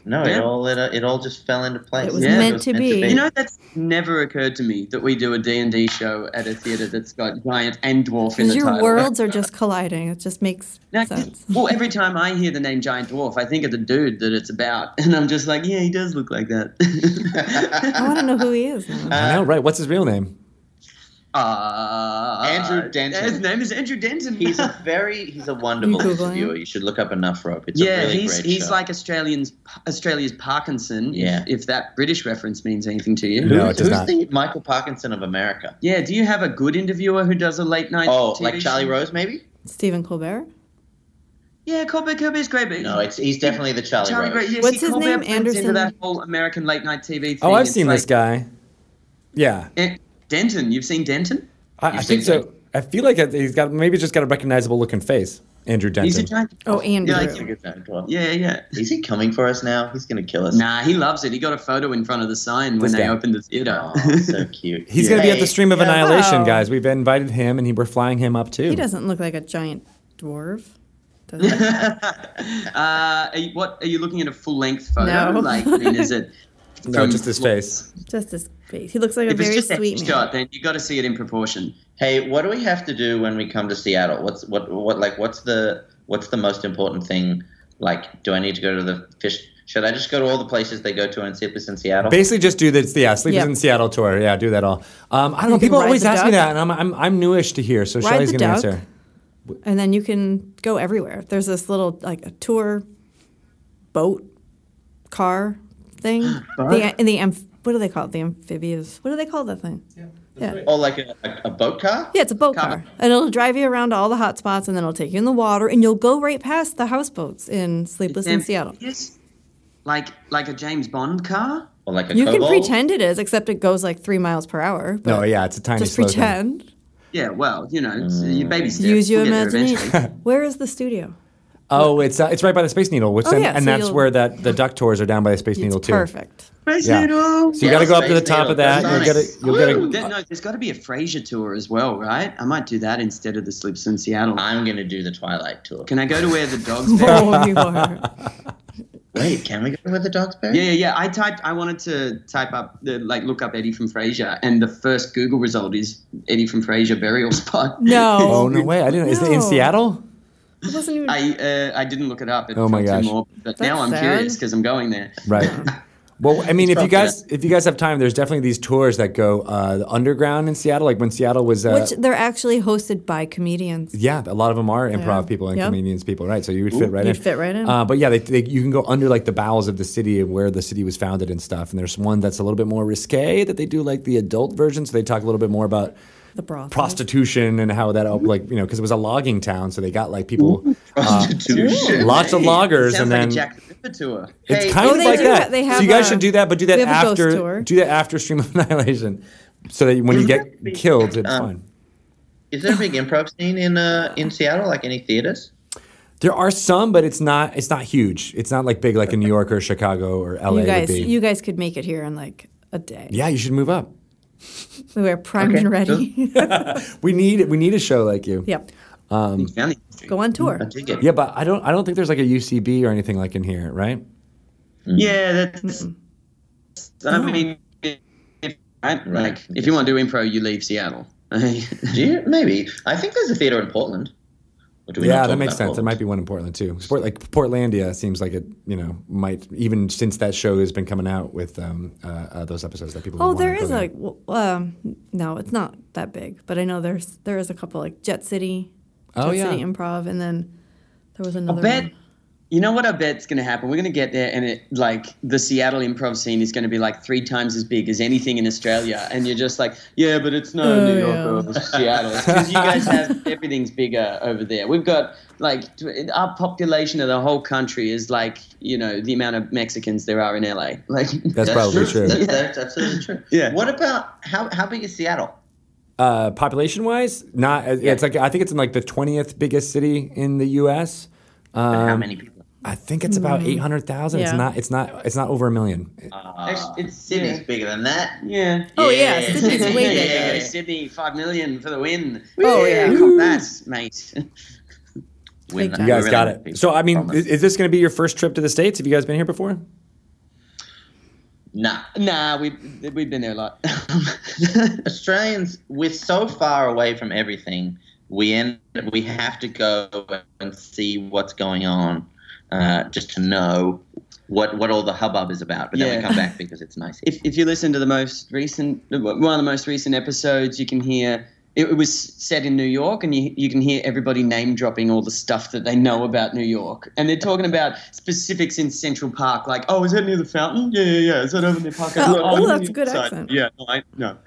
Speaker 7: No,
Speaker 6: Yeah.
Speaker 7: it all it, it all just fell into place.
Speaker 2: It was
Speaker 6: meant
Speaker 2: to be.
Speaker 6: you know, that's never occurred to me that we do a D&D show at a theatre that's got giant and dwarf in
Speaker 2: Because
Speaker 6: the
Speaker 2: your
Speaker 6: title.
Speaker 2: worlds are just colliding. It just makes
Speaker 6: No, 'cause-
Speaker 2: sense.
Speaker 6: well, every time I hear the name Giant Dwarf, I think of the dude that it's about, and I'm just like, yeah, he does look like that.
Speaker 2: I want to know who he is now.
Speaker 1: I know, right? What's his real name?
Speaker 6: uh,
Speaker 7: Andrew Denton.
Speaker 6: His name is Andrew Denton.
Speaker 7: he's a very he's a wonderful
Speaker 2: You Googling?
Speaker 7: interviewer. You should look up enough rope. It's
Speaker 6: yeah,
Speaker 7: a really
Speaker 6: he's
Speaker 7: great
Speaker 6: he's
Speaker 7: show.
Speaker 6: like Australians Australia's Parkinson. if-
Speaker 7: Yeah.
Speaker 6: if, that British reference means anything to you.
Speaker 1: No,
Speaker 7: Who-
Speaker 1: it does
Speaker 7: who's
Speaker 1: not.
Speaker 7: the Michael Parkinson of America?
Speaker 6: Yeah, do you have a good interviewer who does a late night?
Speaker 7: Oh,
Speaker 6: TV
Speaker 7: like Charlie
Speaker 6: show?
Speaker 7: Rose, maybe?
Speaker 2: Stephen Colbert.
Speaker 6: Yeah, Colbert Colbert's great, but
Speaker 7: No, it's he's definitely the Charlie,
Speaker 6: Charlie
Speaker 7: Rose.
Speaker 6: Rose. Yes,
Speaker 2: What's
Speaker 6: see,
Speaker 2: his
Speaker 6: Colbert
Speaker 2: name?
Speaker 6: fits into
Speaker 2: Anderson?
Speaker 6: that whole American late night TV. Thing.
Speaker 1: Oh, I've
Speaker 6: It's
Speaker 1: seen this
Speaker 6: like-
Speaker 1: guy. Yeah,
Speaker 6: Eh, Denton, you've seen Denton?
Speaker 1: I, I
Speaker 7: seen
Speaker 1: think so. I feel like he's got maybe just got a recognizable looking face. Andrew
Speaker 6: He's a
Speaker 1: Denton.
Speaker 6: giant.
Speaker 2: Oh, Andrew.
Speaker 7: Yeah, I think it's that well.
Speaker 6: Yeah, yeah.
Speaker 7: Is he coming for us now? He's going to kill us.
Speaker 6: Nah, he loves it. He got a photo in front of the sign when
Speaker 1: This
Speaker 6: they
Speaker 1: guy.
Speaker 6: opened the theater. Uh,
Speaker 7: Oh, so cute.
Speaker 1: He's going to be at
Speaker 7: Hey,
Speaker 1: the stream of Annihilation,
Speaker 2: Wow.
Speaker 1: guys. We've invited him, and he, we're flying him up too.
Speaker 2: He doesn't look like a giant dwarf. Does he?
Speaker 6: uh, are you, what are you looking at a full length photo?
Speaker 2: No.
Speaker 6: Like, I mean, is it?
Speaker 1: No,
Speaker 7: Um,
Speaker 6: from-
Speaker 1: just his face.
Speaker 2: just his face. He looks like a
Speaker 6: If it's
Speaker 2: very
Speaker 6: just a
Speaker 2: sweet man.
Speaker 6: shot, then you got to see it in proportion.
Speaker 7: Hey, what do we have to do when we come to Seattle? What's what what like what's the what's the most important thing? Like, do I need to go to the fish? Should I just go to all the places they go to and see if it's in Seattle?
Speaker 1: Basically, just do this. Yeah, Sleepers
Speaker 2: Yeah.
Speaker 1: in Seattle tour. Yeah, do that all. Um, I don't know.
Speaker 2: can
Speaker 1: People
Speaker 2: ride
Speaker 1: always
Speaker 2: the
Speaker 1: ask me
Speaker 2: duck.
Speaker 1: that, and I'm, I'm I'm newish to here, so
Speaker 2: Ride
Speaker 1: Shelley's
Speaker 2: the
Speaker 1: going to
Speaker 2: duck.
Speaker 1: answer.
Speaker 2: And then you can go everywhere. There's this little like a tour boat car thing. the and the amph- what do they call it? The amphibious. What do they call that thing? Yeah. Yeah.
Speaker 7: Or like a, a, a boat car?
Speaker 2: it's a boat car. And it'll drive you around to all the hot spots and then it'll take you in the water and you'll go right past the houseboats in Sleepless in
Speaker 6: Then-
Speaker 2: Seattle.
Speaker 6: Yes. Like, like a James Bond car?
Speaker 7: Or like a
Speaker 2: You can
Speaker 7: Cobalt?
Speaker 2: pretend it is, except it goes like three miles per hour. but
Speaker 1: No, yeah, it's a tiny
Speaker 2: Just
Speaker 1: slow thing.
Speaker 2: pretend.
Speaker 6: Yeah, well, you know, it's, you baby steps.
Speaker 2: Mm. Use your
Speaker 6: We'll get there eventually.
Speaker 2: imagination. Where is the studio?
Speaker 1: Oh, it's uh, it's right by the Space Needle, which
Speaker 2: Oh,
Speaker 1: then,
Speaker 2: yeah,
Speaker 1: and
Speaker 2: so
Speaker 1: that's
Speaker 2: you'll-
Speaker 1: where that the duck tours are down by the Space Needle
Speaker 2: It's
Speaker 1: too.
Speaker 2: perfect.
Speaker 6: Space
Speaker 1: Yeah.
Speaker 6: Needle.
Speaker 1: So you got
Speaker 7: Yeah,
Speaker 1: to go up to the
Speaker 7: Space
Speaker 1: top
Speaker 7: Needle,
Speaker 1: of that. You'll
Speaker 7: that's
Speaker 1: Uh, get
Speaker 7: nice.
Speaker 1: a you'll get
Speaker 6: Ooh,
Speaker 1: a
Speaker 6: there- no, there's got to be a Frasier tour as well, right? I might do that instead of the Slips in Seattle.
Speaker 7: I'm going to do the Twilight tour.
Speaker 6: Can I go to where the dogs? bed?
Speaker 2: Oh, you are.
Speaker 7: Wait, can we go to where the dogs buried?
Speaker 6: Yeah, yeah, yeah. I typed. I wanted to type up the like look up Eddie from Frasier, and the first Google result is Eddie from Frasier burial spot.
Speaker 2: No.
Speaker 1: Oh no way! I didn't. Is it in
Speaker 2: No.
Speaker 1: Seattle?
Speaker 2: It wasn't even.
Speaker 6: I uh, I didn't look it up. It
Speaker 1: Oh my
Speaker 6: took
Speaker 1: gosh.
Speaker 6: two More, but now
Speaker 2: That's
Speaker 6: I'm
Speaker 2: sad.
Speaker 6: curious because I'm going there.
Speaker 1: Right. Well, I mean, if you
Speaker 7: probably
Speaker 1: guys if you guys have time, there's definitely these tours that go uh, underground in Seattle. Like when Seattle was, uh,
Speaker 2: which they're actually hosted by comedians.
Speaker 1: yeah, a lot of them are improv
Speaker 2: Yeah.
Speaker 1: people and
Speaker 2: Yep.
Speaker 1: comedians people, right? So you would fit right
Speaker 2: You'd
Speaker 1: in.
Speaker 2: fit right in.
Speaker 1: Uh, but yeah, they, they, you can go under like the bowels of the city and where the city was founded and stuff. And there's one that's a little bit more risque that they do like the adult version. So they talk a little bit more about
Speaker 2: The brothel.
Speaker 1: prostitution and how that like you know because it was a logging town, so they got like people.
Speaker 7: Uh, Prostitution.
Speaker 1: Lots of loggers, and
Speaker 6: Sounds like
Speaker 1: then
Speaker 6: a Jack the Ripper tour.
Speaker 1: It's
Speaker 7: Hey,
Speaker 1: kind
Speaker 2: Oh,
Speaker 1: of
Speaker 2: they
Speaker 1: like
Speaker 2: do
Speaker 1: that.
Speaker 2: ha- they have
Speaker 1: so you guys
Speaker 2: a-
Speaker 1: should do that, but do that
Speaker 2: we have a ghost
Speaker 1: after
Speaker 2: tour.
Speaker 1: do that after Stream of Annihilation, so that when you get killed, it's fine.
Speaker 7: Is there a big improv scene in uh, in Seattle, like any theaters?
Speaker 1: There are some, but it's not it's not huge. It's not like big like in New York or Chicago or LA
Speaker 2: you guys,
Speaker 1: would be.
Speaker 2: you guys could make it here in like a day.
Speaker 1: yeah, you should move up.
Speaker 2: We were primed and ready.
Speaker 1: We need we need a show like you.
Speaker 2: yep.
Speaker 6: Funny.
Speaker 2: Go on tour.
Speaker 7: I dig it.
Speaker 1: Yeah, but I don't I don't think there's like a UCB or anything like in here, right?
Speaker 7: Mm.
Speaker 6: Yeah, that's. I mean, if, right? like, if you want to do improv, you leave Seattle.
Speaker 7: Do you? Maybe. I think there's a theater in Portland. Or do we not
Speaker 1: Yeah,
Speaker 7: talk
Speaker 1: that makes
Speaker 7: about
Speaker 1: sense. There
Speaker 7: Portland?
Speaker 1: might be one in Portland too. Sport, like Portlandia seems like it, you know, might even since that show has been coming out with um, uh, uh, those episodes that people.
Speaker 2: Oh,
Speaker 1: wanna
Speaker 2: there
Speaker 1: go
Speaker 2: is
Speaker 1: to.
Speaker 2: a. w- Um, no, it's not that big, but I know there's there is a couple like Jet City,
Speaker 1: Oh,
Speaker 2: Jet
Speaker 1: yeah.
Speaker 2: City Improv, and then there was another.
Speaker 6: bet-
Speaker 2: one.
Speaker 6: You know what I bet's going to happen? We're going to get there, and it like the Seattle improv scene is going to be like three times as big as anything in Australia, and you're just like, yeah, but it's no
Speaker 2: Oh,
Speaker 6: New York
Speaker 2: yeah.
Speaker 6: or Seattle because you guys have everything's bigger over there. We've got like t- our population of the whole country is like you know the amount of Mexicans there are in LA. Like
Speaker 1: That's, probably true.
Speaker 7: That's, that's absolutely true.
Speaker 6: Yeah.
Speaker 7: What about how how big is Seattle?
Speaker 1: Uh, population wise, not. It's like I think it's in like the twentieth biggest city in the U.S.
Speaker 7: how many people?
Speaker 1: I think it's
Speaker 6: Mm-hmm.
Speaker 1: about eight hundred thousand. It's
Speaker 2: Yeah.
Speaker 1: not. It's not. It's not over a million.
Speaker 6: Uh,
Speaker 7: Actually, it's
Speaker 6: Sydney.
Speaker 7: Sydney's bigger than that.
Speaker 6: Yeah.
Speaker 2: Oh, yeah, Sydney's way
Speaker 6: yeah,
Speaker 2: bigger.
Speaker 6: yeah, yeah. Sydney, five million for the win.
Speaker 2: Oh, yeah.
Speaker 6: Cop that, mate.
Speaker 7: We're not-
Speaker 2: time.
Speaker 1: You guys
Speaker 7: we're
Speaker 1: got
Speaker 7: not big,
Speaker 1: it. So I mean,
Speaker 7: promise.
Speaker 1: is, is this going to be your first trip to the states? Have you guys been here before?
Speaker 7: nah.
Speaker 6: nah, we we've been there a lot.
Speaker 7: Um, Australians, we're so far away from everything. We end, we have to go and see what's going on, uh, just to know what what all the hubbub is about. But then
Speaker 6: Yeah.
Speaker 7: we come back because it's nice.
Speaker 6: if, if you listen to the most recent one of the most recent episodes you can hear it, it was set in new york and you, you can hear everybody name dropping all the stuff that they know about new york and they're talking about specifics in central park like oh is that near the fountain yeah yeah yeah is that over near park
Speaker 2: Oh,
Speaker 6: Look,
Speaker 2: oh,
Speaker 6: I'm
Speaker 2: that's
Speaker 6: on
Speaker 2: a good
Speaker 6: the side.
Speaker 2: accent.
Speaker 6: yeah no, I, no.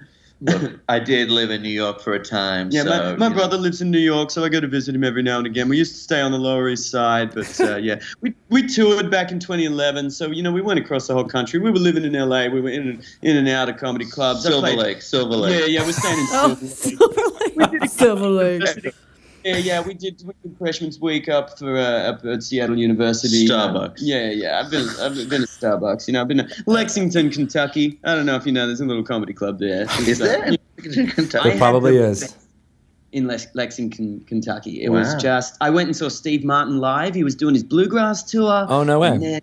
Speaker 7: Look, I did live in New York for a time.
Speaker 6: yeah
Speaker 7: so,
Speaker 6: my, my
Speaker 7: you know.
Speaker 6: brother lives in new york so i go to visit him every now and again we used to stay on the lower east side but uh, yeah we, we toured back in 2011 so you know we went across the whole country we were living in la we were in, in and out of comedy clubs I
Speaker 7: Silver
Speaker 6: played-
Speaker 7: Lake, Silver
Speaker 6: Yeah,
Speaker 7: Lake.
Speaker 6: yeah, we're staying in
Speaker 2: Oh,
Speaker 6: Silver Lake.
Speaker 2: Silver Lake. Silver Lake.
Speaker 6: Yeah, yeah, we did, we did freshman's week up for uh, up at Seattle University.
Speaker 7: Starbucks.
Speaker 6: Yeah, yeah, I've been I've been to Starbucks. You know, I've been to Lexington, Kentucky. I don't know if you know, there's a little comedy club there.
Speaker 7: Is
Speaker 6: So-
Speaker 7: there?
Speaker 6: I
Speaker 1: There
Speaker 6: had
Speaker 1: probably
Speaker 6: the
Speaker 1: is.
Speaker 6: best in Lex- Lexington, Kentucky. It
Speaker 7: Wow.
Speaker 6: was just I went and saw Steve Martin live. He was doing his bluegrass tour.
Speaker 1: Oh, no way.
Speaker 6: And then-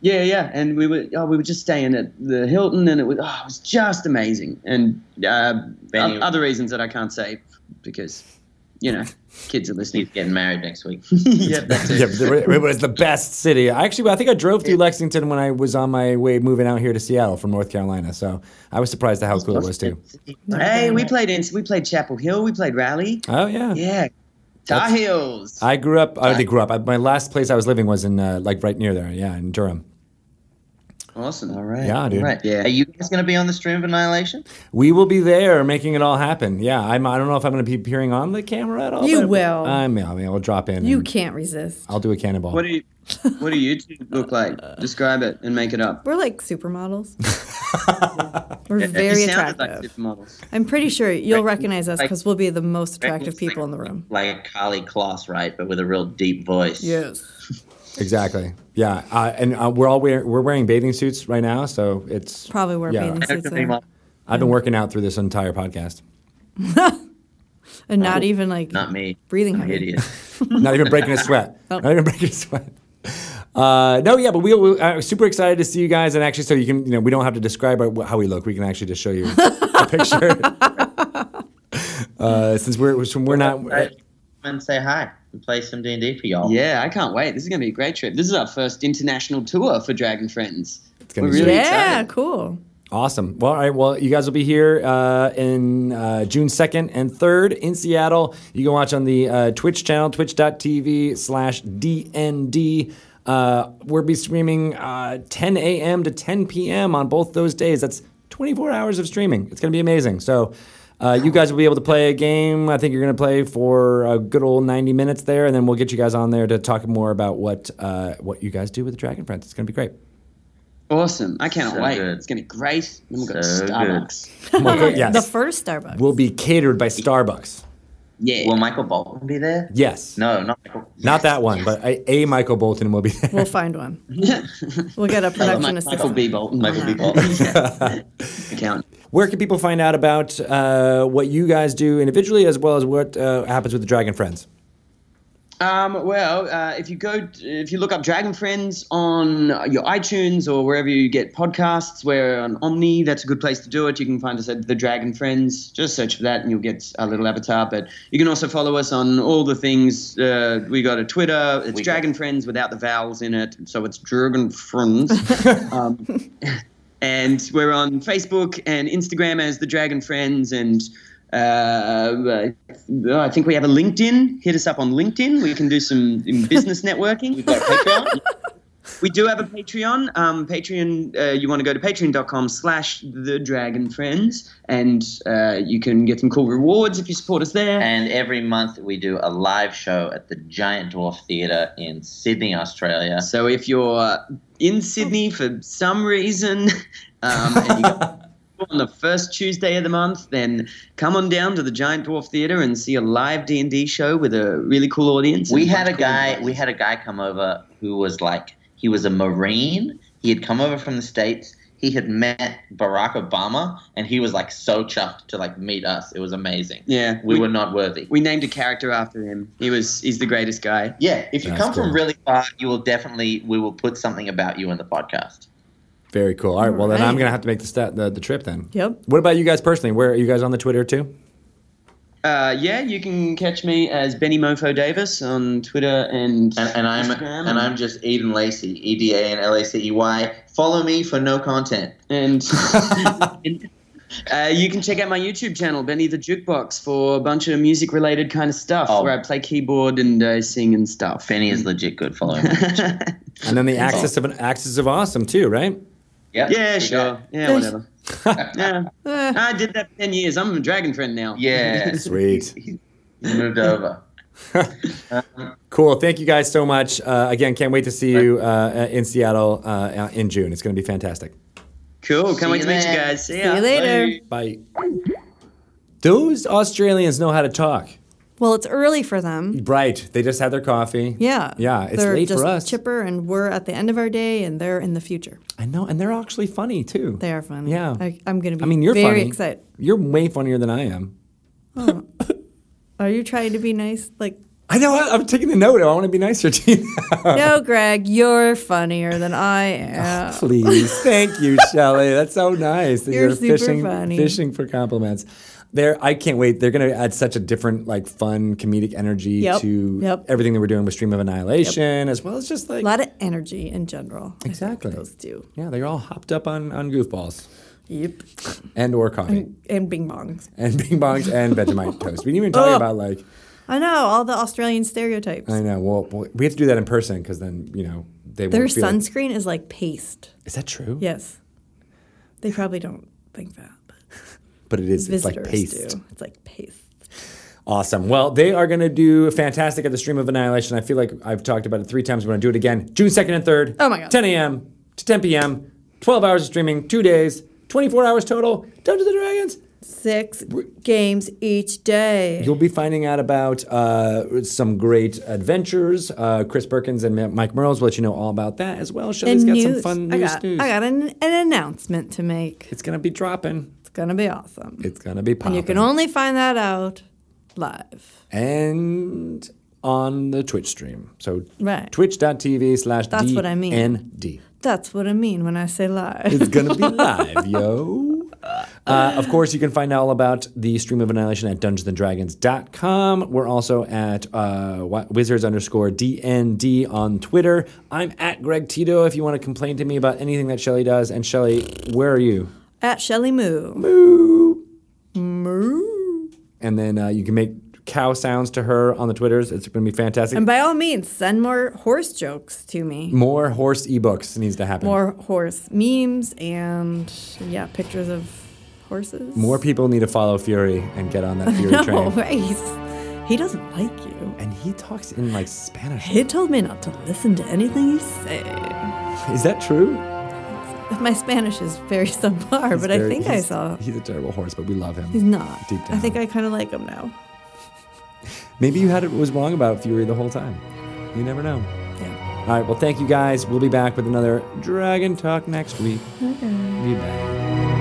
Speaker 6: yeah, yeah, and we were oh, we were just staying at the Hilton, and it was oh, it was just amazing. And uh,
Speaker 7: Benny-
Speaker 6: o- other reasons that I can't say because you know kids are
Speaker 7: He's
Speaker 6: listening.
Speaker 7: getting married next week.
Speaker 6: yeah, that's it.
Speaker 1: yeah, it it was the best city. Actually, I think I drove through Lexington when I was on my way moving out here to Seattle from North Carolina. So I was surprised at how cool it was too.
Speaker 6: Hey, we played in we played Chapel Hill, we played Rally.
Speaker 1: Oh yeah.
Speaker 6: Yeah, Tar Heels.
Speaker 1: I grew up. I did grew up. I, my last place I was living was in uh, like right near there. Yeah, in Durham.
Speaker 7: Awesome. All right.
Speaker 1: Yeah, dude.
Speaker 7: All right.
Speaker 6: Yeah.
Speaker 7: Are you guys going to be on the stream of Annihilation?
Speaker 1: We will be there making it all happen. Yeah, I'm, I don't know if I'm going to be appearing on the camera at all.
Speaker 2: You
Speaker 1: but-
Speaker 2: will.
Speaker 1: I mean, I mean, I'll drop in.
Speaker 2: You
Speaker 1: and
Speaker 2: can't resist.
Speaker 1: I'll do a cannonball.
Speaker 6: What do you What do you two look like?
Speaker 1: Uh,
Speaker 6: Describe it and make it up.
Speaker 2: We're like supermodels. We're
Speaker 6: You
Speaker 2: very
Speaker 6: sounded like
Speaker 2: attractive.
Speaker 6: supermodels.
Speaker 2: I'm pretty sure you'll recognize us
Speaker 7: like-
Speaker 2: because we'll be the most attractive people in the room.
Speaker 7: Like Carly Kloss, right? But with a real deep voice.
Speaker 2: Yes.
Speaker 1: Exactly. Yeah, uh, and uh, we're all wear, we're wearing bathing suits right now, so it's
Speaker 2: Probably wear
Speaker 1: Yeah.
Speaker 2: bathing
Speaker 7: I don't
Speaker 2: suits
Speaker 7: know
Speaker 2: there.
Speaker 7: anyone-
Speaker 1: I've been working out through this entire podcast.
Speaker 2: and not even like
Speaker 7: Not me.
Speaker 2: Breathing
Speaker 7: I'm an
Speaker 2: heavy.
Speaker 7: idiot.
Speaker 1: Not even breaking a sweat.
Speaker 2: Nope.
Speaker 1: Not even breaking a sweat. Uh, no, yeah, but we, we are super excited to see you guys, and actually, so you can, you know, we don't have to describe our, how we look. We can actually just show you a picture. uh, since we're since we're not
Speaker 7: Come and say hi and play some D and D for y'all.
Speaker 6: Yeah, I can't wait. This is going to be a great trip. This is our first international tour for Dragon Friends.
Speaker 1: gonna
Speaker 6: We're
Speaker 1: be
Speaker 6: really
Speaker 2: yeah,
Speaker 6: excited.
Speaker 2: cool.
Speaker 1: awesome. Well, all right, well, you guys will be here uh, in uh, June second and third in Seattle. You can watch on the uh, Twitch channel, twitch.tv slash DND. Uh, we'll be streaming uh, 10 a.m. to 10 p.m. on both those days. That's 24 hours of streaming. It's going to be amazing. So uh, you guys will be able to play a game. I think you're going to play for a good old 90 minutes there, and then we'll get you guys on there to talk more about what uh, what you guys do with the Dragon Friends. It's going to be great.
Speaker 6: Awesome. I cannot
Speaker 7: So
Speaker 6: wait.
Speaker 7: good.
Speaker 6: It's going to be great. Then we've got
Speaker 7: So
Speaker 6: Starbucks.
Speaker 1: Well, good- yes.
Speaker 2: Oh, The first Starbucks.
Speaker 1: will be catered by Starbucks.
Speaker 6: Yeah.
Speaker 7: Will Michael Bolton be there?
Speaker 1: Yes.
Speaker 7: No, not Michael.
Speaker 1: Not that one, but a, a Michael Bolton will be there.
Speaker 2: We'll find one. We'll get a
Speaker 6: Michael-
Speaker 2: production assistant.
Speaker 6: Michael B. Bolton.
Speaker 7: Michael B. Bolton.
Speaker 6: Account.
Speaker 1: Where can people find out about uh, what you guys do individually as well as what uh, happens with the Dragon Friends?
Speaker 6: Um, well, uh, if you go, if you look up Dragon Friends on your iTunes or wherever you get podcasts, we're on Omni. That's a good place to do it. You can find us at the Dragon Friends. Just search for that, and you'll get our little avatar. But you can also follow us on all the things. Uh, we got a Twitter. It's
Speaker 7: We got-
Speaker 6: Dragon Friends without the vowels in it, so it's Dragon Friends. um, and we're on Facebook and Instagram as the Dragon Friends and uh, uh, I think we have a LinkedIn. Hit us up on LinkedIn. We can do some business networking. We've got a Patreon. we do have a Patreon. Um, Patreon. Uh, you want to go to patreon.com/slash the Dragon Friends, and uh, you can get some cool rewards if you support us there.
Speaker 7: And every month we do a live show at the Giant Dwarf Theatre in Sydney, Australia.
Speaker 6: So if you're in Sydney for some reason, um, and you on the first Tuesday of the month, then come on down to the Giant Dwarf Theater and see a live D and D show with a really cool audience.
Speaker 7: we
Speaker 6: and
Speaker 7: had a
Speaker 6: cool
Speaker 7: guy
Speaker 6: advice.
Speaker 7: we had a guy come over who was like he was a marine he had come over from the states he had met barack obama and he was like so chuffed to like meet us it was amazing
Speaker 6: yeah,
Speaker 7: we, were not worthy
Speaker 6: we named a character after him. He was he's the greatest guy.
Speaker 7: yeah if you
Speaker 1: That's
Speaker 7: come
Speaker 1: cool.
Speaker 7: from really far you will definitely we will put something about you in the podcast
Speaker 1: Very cool. All right. Well, then
Speaker 2: All right.
Speaker 1: I'm gonna have to make the sta the, the trip then.
Speaker 2: Yep.
Speaker 1: What about you guys personally? Where are you guys on the Twitter too?
Speaker 6: Uh, yeah, you can catch me as Benny Mofo Davis on Twitter and
Speaker 7: and, and i'm
Speaker 6: Instagram
Speaker 7: and i'm just aiden lacey E eda and l-a-c-e-y follow me for no content
Speaker 6: And uh, you can check out my YouTube channel, Benny the Jukebox, for a bunch of music related kind of stuff
Speaker 7: Oh.
Speaker 6: where I play keyboard and uh, sing and stuff.
Speaker 7: benny is legit good follow me
Speaker 1: And then the Axis of an Axis of Awesome too, right?
Speaker 7: yep.
Speaker 6: yeah,
Speaker 7: We
Speaker 6: sure.
Speaker 7: got-
Speaker 6: Yeah, whatever. yeah.
Speaker 2: Eh,
Speaker 6: I did that for 10 years. I'm a dragon friend now.
Speaker 7: yeah
Speaker 1: Sweet.
Speaker 7: he moved over
Speaker 1: Cool. Thank you guys so much. Uh, again, can't wait to see you uh, in Seattle uh, in June. It's going to be fantastic.
Speaker 6: Cool. Can't
Speaker 7: See
Speaker 6: wait
Speaker 7: you
Speaker 6: to meet you
Speaker 7: there.
Speaker 6: guys. See
Speaker 2: see
Speaker 6: ya.
Speaker 2: you later.
Speaker 1: Bye. Those Australians know how to talk.
Speaker 2: Well, it's early for them.
Speaker 1: Right. They just had their coffee.
Speaker 2: Yeah.
Speaker 1: Yeah. It's
Speaker 2: they're
Speaker 1: late
Speaker 2: just
Speaker 1: for us.
Speaker 2: chipper, and we're at the end of our day, and they're in the future.
Speaker 1: I know. And they're actually funny too.
Speaker 2: They are funny.
Speaker 1: Yeah.
Speaker 2: I, I'm going to be.
Speaker 1: I mean, you're
Speaker 2: very
Speaker 1: funny.
Speaker 2: excited.
Speaker 1: You're way funnier than I am.
Speaker 2: Are you trying to be nice? Like,
Speaker 1: I know. I, I'm taking the note. I want to be nicer to you.
Speaker 2: no, Greg, you're funnier than I am.
Speaker 1: Please, thank you, Shelley. That's so nice. that
Speaker 2: You're super
Speaker 1: fishing,
Speaker 2: funny.
Speaker 1: fishing for compliments. There, I can't wait. They're going to add such a different, like, fun comedic energy
Speaker 2: Yep,
Speaker 1: to
Speaker 2: yep.
Speaker 1: everything that we're doing with Stream of Annihilation, as well as just like,
Speaker 2: A lot of energy in general. I think
Speaker 1: Exactly.
Speaker 2: Those two.
Speaker 1: yeah, they're all hopped up on on goofballs
Speaker 2: Yep.
Speaker 1: and or coffee
Speaker 2: And bing bongs.
Speaker 1: and bing bongs and Vegemite toast. We didn't even talk
Speaker 2: Oh.
Speaker 1: about like,
Speaker 2: I know all the Australian stereotypes.
Speaker 1: I know. Well, well, we have to do that in person because then you know they
Speaker 2: Their
Speaker 1: won't feel. like-
Speaker 2: sunscreen is like paste.
Speaker 1: is that true?
Speaker 2: Yes. They probably don't think that, but
Speaker 1: but it is. It's like
Speaker 2: visitors
Speaker 1: paste.
Speaker 2: do. It's like paste.
Speaker 1: Awesome. Well, they are going to do fantastic at the Stream of Annihilation. I feel like I've talked about it three times. We're going to do it again. June 2nd and 3rd.
Speaker 2: Oh my God.
Speaker 1: 10 a.m. to 10 p.m. 12 hours of streaming, two days, 24 hours total. Dungeons and Dragons.
Speaker 2: Six games each day.
Speaker 1: You'll be finding out about uh, some great adventures. Uh, Chris Perkins and Ma- Mike Merles will let you know all about that as well. Shelley's
Speaker 2: And
Speaker 1: got some
Speaker 2: news.
Speaker 1: fun
Speaker 2: I
Speaker 1: news.
Speaker 2: got,
Speaker 1: news.
Speaker 2: I got an, an announcement to make.
Speaker 1: It's going to be dropping.
Speaker 2: It's going to be awesome.
Speaker 1: It's going to be
Speaker 2: and
Speaker 1: popping.
Speaker 2: you can only find that out live.
Speaker 1: and on the Twitch stream. So
Speaker 2: Right.
Speaker 1: twitch.tv slash
Speaker 2: That's what I mean.
Speaker 1: DND.
Speaker 2: That's what I mean when I say live.
Speaker 1: It's gonna be live, yo. Uh, of course, you can find out all about the Stream of Annihilation at dungeonsanddragons.com. We're also at uh, wi- wizards underscore DND on Twitter. I'm at Greg Tito if you want to complain to me about anything that Shelly does. And Shelly, where are you?
Speaker 2: At Shelly Moo.
Speaker 1: And then uh, you can make cow sounds to her on the Twitters. It's going to be fantastic.
Speaker 2: And by all means, send more horse jokes to me.
Speaker 1: More horse ebooks needs to happen.
Speaker 2: More horse memes and yeah, pictures of horses.
Speaker 1: More people need to follow Fury and get on that Fury
Speaker 2: No,
Speaker 1: train.
Speaker 2: right. He's, he doesn't like you.
Speaker 1: And he talks in like Spanish.
Speaker 2: He told me not to listen to anything you say.
Speaker 1: Is that true?
Speaker 2: My Spanish is very subpar, but I
Speaker 1: Very-
Speaker 2: think I
Speaker 1: he's-
Speaker 2: saw.
Speaker 1: He's a terrible horse, but we love him.
Speaker 2: He's not.
Speaker 1: Deep
Speaker 2: I think
Speaker 1: down.
Speaker 2: I kind of like him now.
Speaker 1: Maybe you had it was wrong about Fury the whole time. You never know.
Speaker 2: Yeah.
Speaker 1: All right. Well, thank you guys. We'll be back with another Dragon Talk next week. Okay. Be back.